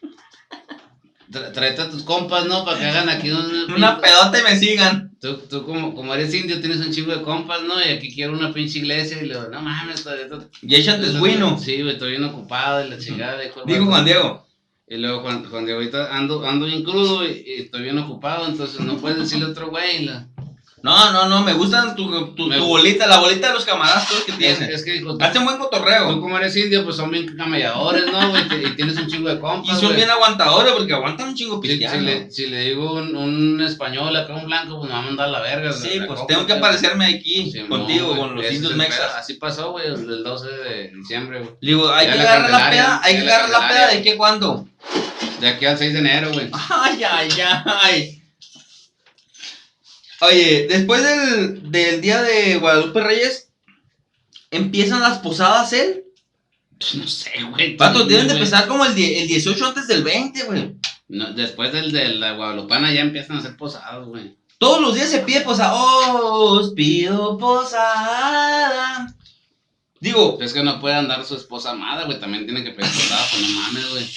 Speaker 3: Tra- Tráete a tus compas, ¿no? Para que hagan aquí un...
Speaker 2: Una pedota y me sigan.
Speaker 3: Tú, tú como, como eres indio, tienes un chingo de compas, ¿no? Y aquí quiero una pinche iglesia. Y le digo, no mames, todavía esto-
Speaker 2: Y échate es bueno.
Speaker 3: Sí, güey, estoy bien ocupado y la chingada. dijo el
Speaker 2: Digo
Speaker 3: vato.
Speaker 2: Juan Diego.
Speaker 3: Y luego Juan, Juan Diego, ahorita ando, ando bien crudo y, y estoy bien ocupado, entonces no puedes decirle a otro güey. y la-
Speaker 2: No, no, no, me gustan tu, tu-
Speaker 3: Me-
Speaker 2: tu bolita, la bolita de los camaradas todos que
Speaker 3: Es,
Speaker 2: tienes.
Speaker 3: es que dijo, tú,
Speaker 2: Hazte un buen cotorreo.
Speaker 3: tú como eres indio, pues son bien camelladores, ¿no, güey? Te- Y tienes un chingo de
Speaker 2: Y
Speaker 3: compas,
Speaker 2: son
Speaker 3: güey.
Speaker 2: bien aguantadores porque aguantan un chingo
Speaker 3: Si, si
Speaker 2: pisteado.
Speaker 3: le, si le digo un, un español acá, un blanco, pues me va a mandar a la verga.
Speaker 2: Sí,
Speaker 3: la- la
Speaker 2: pues
Speaker 3: copa,
Speaker 2: tengo que
Speaker 3: güey.
Speaker 2: aparecerme aquí
Speaker 3: Simón,
Speaker 2: contigo,
Speaker 3: güey,
Speaker 2: con los
Speaker 3: ese es
Speaker 2: indios
Speaker 3: el pedo.
Speaker 2: mexas.
Speaker 3: Así pasó, güey, el del 12 de diciembre, güey.
Speaker 2: Le digo, hay
Speaker 3: Ya
Speaker 2: que
Speaker 3: la
Speaker 2: agarrar la
Speaker 3: Candelaria,
Speaker 2: peda, hay
Speaker 3: ya
Speaker 2: que
Speaker 3: la
Speaker 2: agarrar la peda,
Speaker 3: Candelaria.
Speaker 2: ¿de qué cuándo?
Speaker 3: De aquí al 6 de enero, güey.
Speaker 2: Ay, ay, ay. Oye, después del, del día de Guadalupe Reyes, ¿empiezan las posadas él?
Speaker 3: No sé, güey.
Speaker 2: Pato, deben de
Speaker 3: güey.
Speaker 2: empezar como el, die- el 18 antes del 20, güey.
Speaker 3: No, después del de la Guadalupana ya empiezan a ser posados, güey.
Speaker 2: Todos los días se pide posada. "Oh, Os pido posada. Digo,
Speaker 3: Es que no puede andar su esposa amada, güey. También tiene que pedir posada, pues no mames, güey.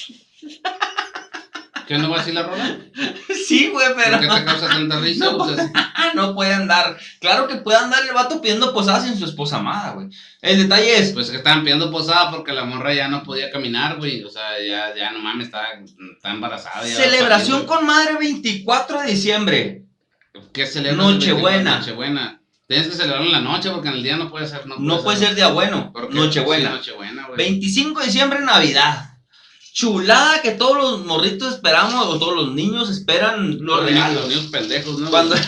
Speaker 3: ¿Qué no va así la rola?
Speaker 2: sí, güey, pero.
Speaker 3: ¿Por qué te causa tanta risa?
Speaker 2: No,
Speaker 3: O sea,
Speaker 2: Ah, no puede andar. Claro que puede andar el vato pidiendo posada sin su esposa amada, güey. El detalle es,
Speaker 3: Pues es que estaban pidiendo posada porque la morra ya no podía caminar, güey. O sea, ya, ya no mames, está, está embarazada. Ah, ya va a parir,
Speaker 2: celebración
Speaker 3: güey.
Speaker 2: con madre 24 de diciembre.
Speaker 3: ¿Qué celebras?
Speaker 2: Nochebuena.
Speaker 3: Nochebuena. Tienes que celebrarlo en la noche porque en el día no puede ser. No puede,
Speaker 2: No puede ser día bueno.
Speaker 3: Porque- sí,
Speaker 2: Nochebuena.
Speaker 3: nochebuena, güey.
Speaker 2: 25 de diciembre, Navidad. Chulada que todos los morritos esperamos, o todos los niños esperan los
Speaker 3: Los niños- Los
Speaker 2: regalos.
Speaker 3: niños pendejos, ¿no?
Speaker 2: Cuando...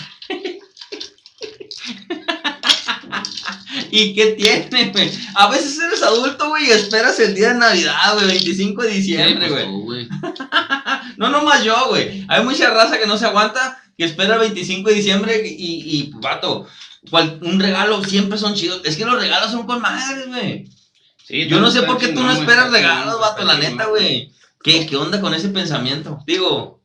Speaker 2: ¿Y qué tiene, güey? A veces eres adulto, güey, y esperas el día de Navidad, güey, 25 de diciembre, güey.
Speaker 3: pues, güey.
Speaker 2: No nomás yo, güey. Hay mucha raza que no se aguanta, que espera el 25 de diciembre y, y vato, cual- un regalo siempre son chidos. Es que los regalos son con madres, güey.
Speaker 3: Sí,
Speaker 2: Yo no sé
Speaker 3: está
Speaker 2: por qué tú no
Speaker 3: chingón,
Speaker 2: esperas
Speaker 3: está
Speaker 2: regalos,
Speaker 3: chingón,
Speaker 2: vato,
Speaker 3: está
Speaker 2: la neta,
Speaker 3: chingón.
Speaker 2: güey. ¿Qué, ¿Qué onda con ese pensamiento? Digo,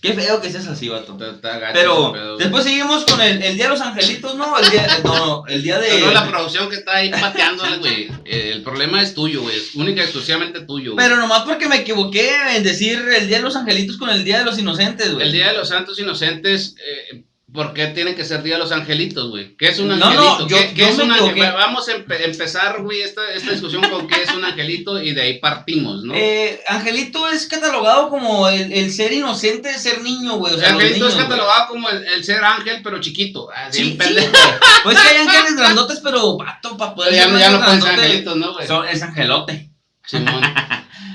Speaker 2: qué feo que seas así, vato.
Speaker 3: Está- está gacho ese pedo,
Speaker 2: Pero
Speaker 3: güey.
Speaker 2: después seguimos con el, el día de los angelitos, ¿no? El día, no, el día
Speaker 3: Pero no, la
Speaker 2: de...
Speaker 3: producción que está ahí pateándole, güey. Eh, El problema es tuyo, güey. Es única y exclusivamente tuyo. güey.
Speaker 2: Pero nomás porque me equivoqué en decir el día de los angelitos con el día de los inocentes, güey.
Speaker 3: El Día de los Santos Inocentes, eh, ¿por qué tiene que ser Día de los Angelitos, güey? ¿Qué es un
Speaker 2: No,
Speaker 3: angelito?
Speaker 2: no,
Speaker 3: ¿Qué-
Speaker 2: yo-
Speaker 3: qué
Speaker 2: yo
Speaker 3: es
Speaker 2: me
Speaker 3: un ángel?
Speaker 2: equivoqué.
Speaker 3: Va- Vamos a empe- empezar, güey, esta, esta discusión con qué es un angelito y de ahí partimos, ¿no?
Speaker 2: Eh, Angelito es catalogado como el, el ser inocente de ser niño, güey. O sea, los
Speaker 3: angelito es
Speaker 2: niños,
Speaker 3: catalogado como el, el ser ángel, pero chiquito.
Speaker 2: güey.
Speaker 3: Así
Speaker 2: Sí,
Speaker 3: un
Speaker 2: sí,
Speaker 3: pendejo.
Speaker 2: güey. Pues que hay ángeles grandotes, pero vato, para poder.
Speaker 3: Pero ya,
Speaker 2: ser
Speaker 3: no- ya no
Speaker 2: ángel
Speaker 3: pueden ser
Speaker 2: grandote,
Speaker 3: angelitos, ¿no, güey?
Speaker 2: son- es angelote.
Speaker 3: Simón.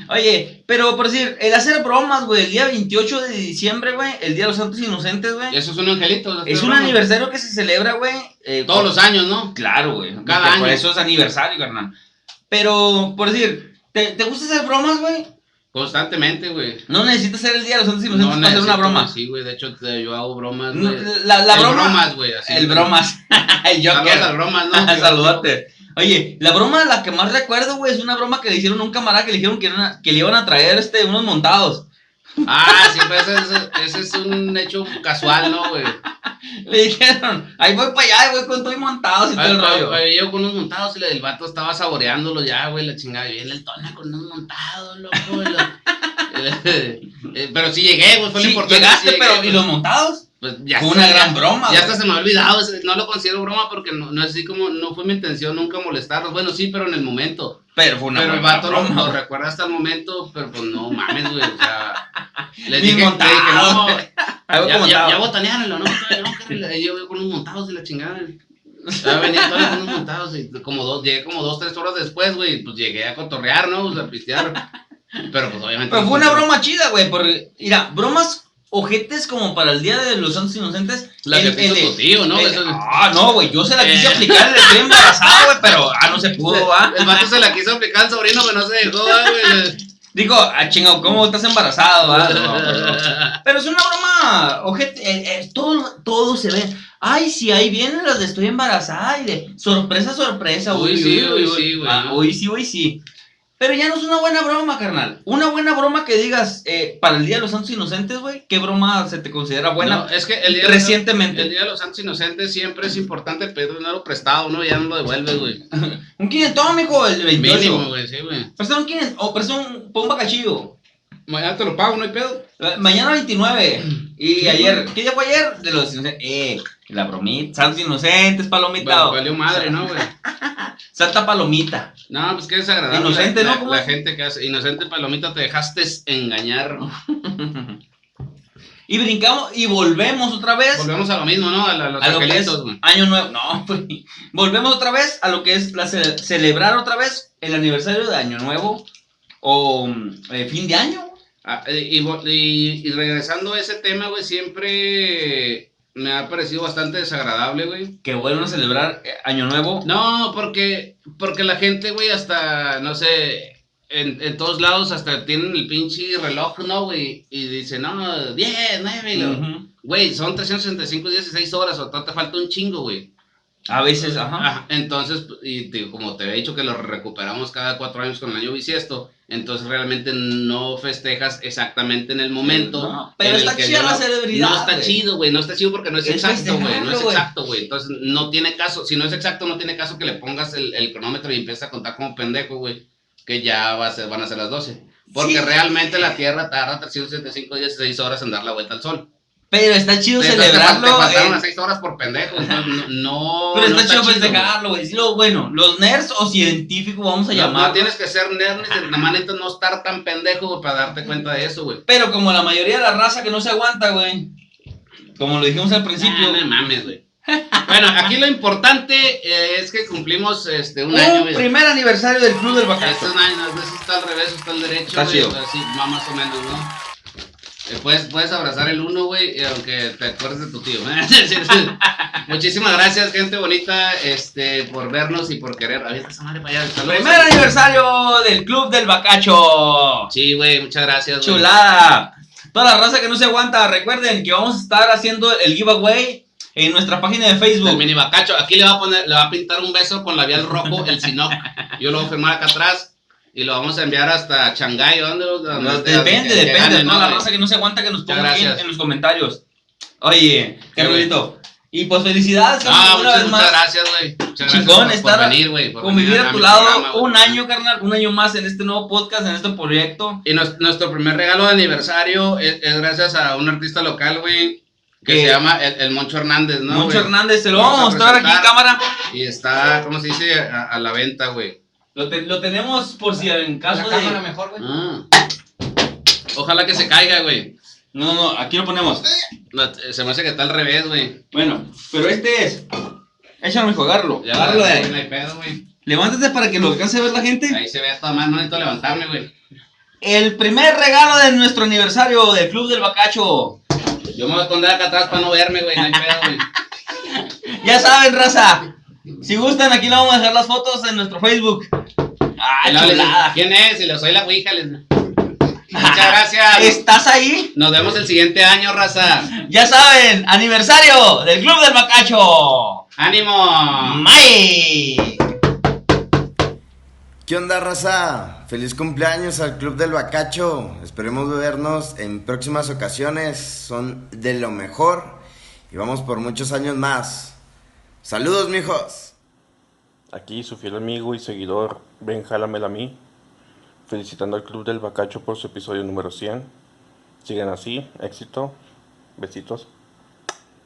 Speaker 2: Oye, pero por decir, el hacer bromas, güey, el día 28 de diciembre, güey, el Día de los Santos Inocentes, güey.
Speaker 3: Eso es un angelito. no
Speaker 2: Es
Speaker 3: estoy
Speaker 2: un
Speaker 3: broma.
Speaker 2: aniversario que se celebra, güey. eh,
Speaker 3: Todos los años, ¿no?
Speaker 2: Claro, güey.
Speaker 3: Cada
Speaker 2: porque
Speaker 3: año.
Speaker 2: Por eso es aniversario, carnal. Pero, por decir, ¿te, te gusta hacer bromas, güey?
Speaker 3: Constantemente, güey.
Speaker 2: No necesitas ser el Día de los Santos Inocentes para pues, hacer una
Speaker 3: necesito,
Speaker 2: broma.
Speaker 3: güey, Sí, güey. De hecho, te- yo hago bromas,
Speaker 2: No,
Speaker 3: güey.
Speaker 2: La, la
Speaker 3: El
Speaker 2: broma.
Speaker 3: bromas, güey. así,
Speaker 2: el
Speaker 3: güey.
Speaker 2: bromas. el
Speaker 3: Saludos al
Speaker 2: Joker.
Speaker 3: bromas, ¿no?
Speaker 2: Saludate. Oye, la broma de la que más recuerdo, güey, es una broma que le hicieron a un camarada que le dijeron que, era- que le iban a traer este, unos montados.
Speaker 3: Ah, sí, pues ese, es- ese es un hecho casual, ¿no, güey?
Speaker 2: Le dijeron, ahí voy para allá, ahí voy con todo y montados y todo el rollo.
Speaker 3: Ay, Llego con unos montados y el vato estaba saboreándolo ya, güey, la chingada. Y viene el tona con unos montados, loco. y lo- Eh, pero sí llegué, güey, fue lo
Speaker 2: Sí,
Speaker 3: importante.
Speaker 2: llegaste,
Speaker 3: sí llegué,
Speaker 2: pero
Speaker 3: güey.
Speaker 2: ¿y los montados?
Speaker 3: Pues ya
Speaker 2: Fue una
Speaker 3: se-
Speaker 2: gran broma,
Speaker 3: Ya
Speaker 2: güey.
Speaker 3: hasta se me ha olvidado, ese- no lo considero broma porque no, no es así como, no fue mi intención nunca molestarlos. Bueno, sí, pero en el momento.
Speaker 2: Pero fue una
Speaker 3: pero el
Speaker 2: buena
Speaker 3: vato lo,
Speaker 2: broma.
Speaker 3: lo recuerda hasta el momento, pero pues no mames, güey, o sea. Les
Speaker 2: Mis
Speaker 3: dije, le dije,
Speaker 2: montados,
Speaker 3: no,
Speaker 2: Ahí voy
Speaker 3: ya,
Speaker 2: con
Speaker 3: ya, ya
Speaker 2: montados.
Speaker 3: botanearon, ¿no? No, carnal, ahí yo voy con unos montados de la chingada. Ya venía todo con unos montados y como dos, llegué como dos, tres horas después, güey, pues llegué a cotorrear, ¿no? O sea, a pistear. Pero pues obviamente.
Speaker 2: Pero fue una broma chida, güey. Porque, mira, bromas ojetes como para el Día de los Santos Inocentes.
Speaker 3: La que
Speaker 2: el- el-
Speaker 3: puso tu tío, ¿no?
Speaker 2: el-
Speaker 3: Eso-
Speaker 2: Ah, no, güey, yo se la quise
Speaker 3: Eh.
Speaker 2: aplicar, estoy embarazada, güey, pero ah, no se pudo, ¿ah?
Speaker 3: El vato se la quiso aplicar al sobrino, pero no se dejó, ah, güey.
Speaker 2: Digo, ah, chingado, ¿cómo estás embarazado, ah? No, pues, no. Pero es una broma, ojete, eh, eh, todo, todo se ve. Ay, sí, ahí vienen las de estoy embarazada y de sorpresa, sorpresa.
Speaker 3: Uy, sí, uy, sí, güey.
Speaker 2: Ah, uy, sí, uy, sí. Pero ya no es una buena broma, carnal. Una buena broma que digas eh, para el Día de los Santos Inocentes, güey. ¿Qué broma se te considera buena?
Speaker 3: No, es que el día, de-
Speaker 2: Recientemente.
Speaker 3: el día de los santos inocentes siempre es importante pedir dinero prestado, ¿no? Ya no lo devuelves, güey.
Speaker 2: Un quinentón, mijo, el 28.
Speaker 3: Mínimo, güey, sí, güey.
Speaker 2: Presta un quinentón, o presta un, pon un bacachillo.
Speaker 3: Mañana te lo pago, no hay pedo.
Speaker 2: Eh, Mañana 29. Y
Speaker 3: Sí, pues.
Speaker 2: ayer,
Speaker 3: güey.
Speaker 2: ¿qué día fue ayer? De los inocentes. Eh, la bromita. Santos Inocentes, palomita.
Speaker 3: Vale- valió madre, ¿no, güey?
Speaker 2: Santa palomita.
Speaker 3: No, pues qué desagradable.
Speaker 2: Inocente,
Speaker 3: la,
Speaker 2: ¿no? ¿Cómo
Speaker 3: La, la
Speaker 2: es?
Speaker 3: gente que hace. Inocente palomita, te dejaste engañar.
Speaker 2: y brincamos y volvemos otra vez
Speaker 3: Volvemos a lo mismo, ¿no? A, la- los
Speaker 2: a lo que es
Speaker 3: angelitos, güey.
Speaker 2: año nuevo. No, güey. Volvemos otra vez a lo que es la ce- celebrar otra vez el aniversario de año nuevo o mm, eh, fin de año.
Speaker 3: Ah, eh, y, vo- y- y regresando a ese tema, güey, siempre me ha parecido bastante desagradable, güey.
Speaker 2: Que vuelven a celebrar eh, año nuevo.
Speaker 3: No, porque, porque la gente, güey, hasta, no sé, en, en todos lados hasta tienen el pinche reloj, ¿no, güey? Y dicen, no, 10, 9, y luego,
Speaker 2: Ujú.
Speaker 3: güey, son 365 días y 6 horas, o te falta un chingo, güey.
Speaker 2: A veces, ajá.
Speaker 3: Ajá, entonces, y te- como te había dicho que lo recuperamos cada cuatro años con el año bisiesto, entonces realmente no festejas exactamente en el momento.
Speaker 2: No, pero
Speaker 3: en el
Speaker 2: está
Speaker 3: que
Speaker 2: chida
Speaker 3: no-
Speaker 2: la celebridad,
Speaker 3: No está
Speaker 2: güey.
Speaker 3: chido, güey, no está chido porque no es,
Speaker 2: Es
Speaker 3: exacto, güey, no
Speaker 2: festejarlo,
Speaker 3: es
Speaker 2: güey.
Speaker 3: exacto, güey. Entonces no tiene caso, si no es exacto, no tiene caso que le pongas el, el cronómetro y empieces a contar como pendejo, güey, que ya va a ser- van a ser las 12. Porque
Speaker 2: Sí.
Speaker 3: realmente la Tierra tarda 375 días y 6 horas en dar la vuelta al sol.
Speaker 2: Pero está chido
Speaker 3: Entonces, te fal-
Speaker 2: celebrarlo.
Speaker 3: Te pasaron
Speaker 2: eh,
Speaker 3: las 6 horas por pendejo, entonces, no, no-
Speaker 2: pero
Speaker 3: no
Speaker 2: está, chido
Speaker 3: güey.
Speaker 2: festejarlo, güey. Sí, lo- bueno, los nerds o científicos vamos a
Speaker 3: No,
Speaker 2: llamar.
Speaker 3: no tienes que ser nerd ni ser- nomás neta no estar tan pendejo güey, para darte cuenta de eso, güey.
Speaker 2: Pero como la mayoría de la raza que no se aguanta, güey. Como lo dijimos al principio.
Speaker 3: Ah, no mames, güey. Bueno, aquí lo importante eh, es que cumplimos este, un año, güey.
Speaker 2: primer aniversario del Club del
Speaker 3: Este
Speaker 2: Bacacho.
Speaker 3: es un año, no sé si está al revés o está al derecho,
Speaker 2: Está
Speaker 3: güey,
Speaker 2: chido.
Speaker 3: pero sí, va más o menos, ¿no? Eh, Puedes, puedes abrazar el uno, güey, eh, aunque te acuerdes de tu tío. ¿eh? Muchísimas gracias, gente bonita, este, por vernos y por querer. Avienta esa madre para allá. Saludos.
Speaker 2: Primer aniversario del Club del Bacacho.
Speaker 3: Sí, güey, muchas gracias. güey.
Speaker 2: Chulada. Toda la raza que no se aguanta, recuerden que vamos a estar haciendo el giveaway en nuestra página de
Speaker 3: El
Speaker 2: Facebook.
Speaker 3: mini bacacho. Aquí le va a poner, le va a pintar un beso con labial rojo, el Sinoc. Yo lo voy a firmar acá atrás y lo vamos a enviar hasta Shanghái. ¿Dónde? dónde-
Speaker 2: No,
Speaker 3: dónde-
Speaker 2: Pues, depende,
Speaker 3: que- que
Speaker 2: depende.
Speaker 3: gane,
Speaker 2: Toda la
Speaker 3: güey?
Speaker 2: raza que no se aguanta que nos
Speaker 3: Muchas
Speaker 2: pongan en,
Speaker 3: gracias.
Speaker 2: en los comentarios. Oye,
Speaker 3: Qué
Speaker 2: Carolito. Y pues felicidades,
Speaker 3: Ah,
Speaker 2: carnal, una
Speaker 3: muchas,
Speaker 2: vez
Speaker 3: muchas
Speaker 2: más.
Speaker 3: gracias, güey. Muchas gracias
Speaker 2: Chingón
Speaker 3: por,
Speaker 2: estar
Speaker 3: por venir, güey. por
Speaker 2: Convivir
Speaker 3: venir
Speaker 2: a tu
Speaker 3: mi
Speaker 2: lado
Speaker 3: programa, güey.
Speaker 2: un año, carnal, un año más en este nuevo podcast, en este proyecto.
Speaker 3: Y nos- nuestro primer regalo de aniversario es, es gracias a un artista local, güey, que
Speaker 2: Que-
Speaker 3: se llama el, el Moncho Hernández, ¿no?
Speaker 2: Moncho
Speaker 3: güey?
Speaker 2: Hernández, se lo vamos a
Speaker 3: Vamos a
Speaker 2: mostrar aquí en
Speaker 3: presentar.
Speaker 2: cámara.
Speaker 3: Y está, ¿cómo se dice? A, a la venta, güey.
Speaker 2: Lo, te- lo tenemos por si en
Speaker 4: La
Speaker 2: caso
Speaker 4: cámara
Speaker 2: de...
Speaker 4: mejor, güey.
Speaker 3: Ah. Ojalá que se caiga, güey.
Speaker 2: No, no, aquí lo ponemos.
Speaker 3: No, Se me hace que está al revés, güey.
Speaker 2: Bueno, pero este es... Échame jugarlo.
Speaker 3: Ya,
Speaker 2: Agarro de-
Speaker 3: güey, no hay pedo, güey.
Speaker 2: Levántate para que lo alcance a ver la gente.
Speaker 3: Ahí se ve hasta más, no necesito levantarme, güey.
Speaker 2: El primer regalo de nuestro aniversario del Club del Bacacho.
Speaker 3: Yo me voy a esconder acá atrás para no verme, güey. No hay pedo, güey.
Speaker 2: Ya saben, raza. Si gustan, aquí le vamos a dejar las fotos en nuestro Facebook.
Speaker 3: Y
Speaker 2: ¡Ah,
Speaker 3: luego les digo,
Speaker 2: chulada!
Speaker 3: ¿Quién es? Y le soy la ouija. les- Muchas gracias.
Speaker 2: ¿Estás ahí?
Speaker 3: Nos vemos el siguiente año, raza.
Speaker 2: Ya saben, aniversario del Club del Bacacho.
Speaker 3: ¡Ánimo!
Speaker 2: Mike.
Speaker 5: ¿Qué onda, raza? Feliz cumpleaños al Club del Bacacho. Esperemos vernos en próximas ocasiones. Son de lo mejor y vamos por muchos años más. Saludos, mijos.
Speaker 6: Aquí su fiel amigo y seguidor Ben Mí, felicitando al Club del Bacacho por su episodio número 100. Sigan así, éxito, besitos,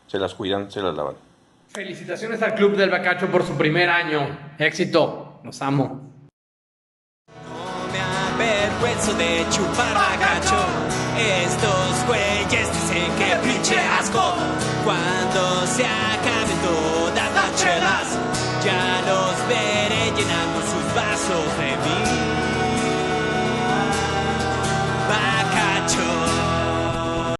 Speaker 6: se las cuidan, se las lavan.
Speaker 4: Felicitaciones al Club del Bacacho por su primer año. Éxito. Los amo.
Speaker 1: No me avergüenzo de chupar bagacho. Estos güeyes dicen que pinche asco. Cuando se acaben todas las chelas, ya los veré llenando sus vasos de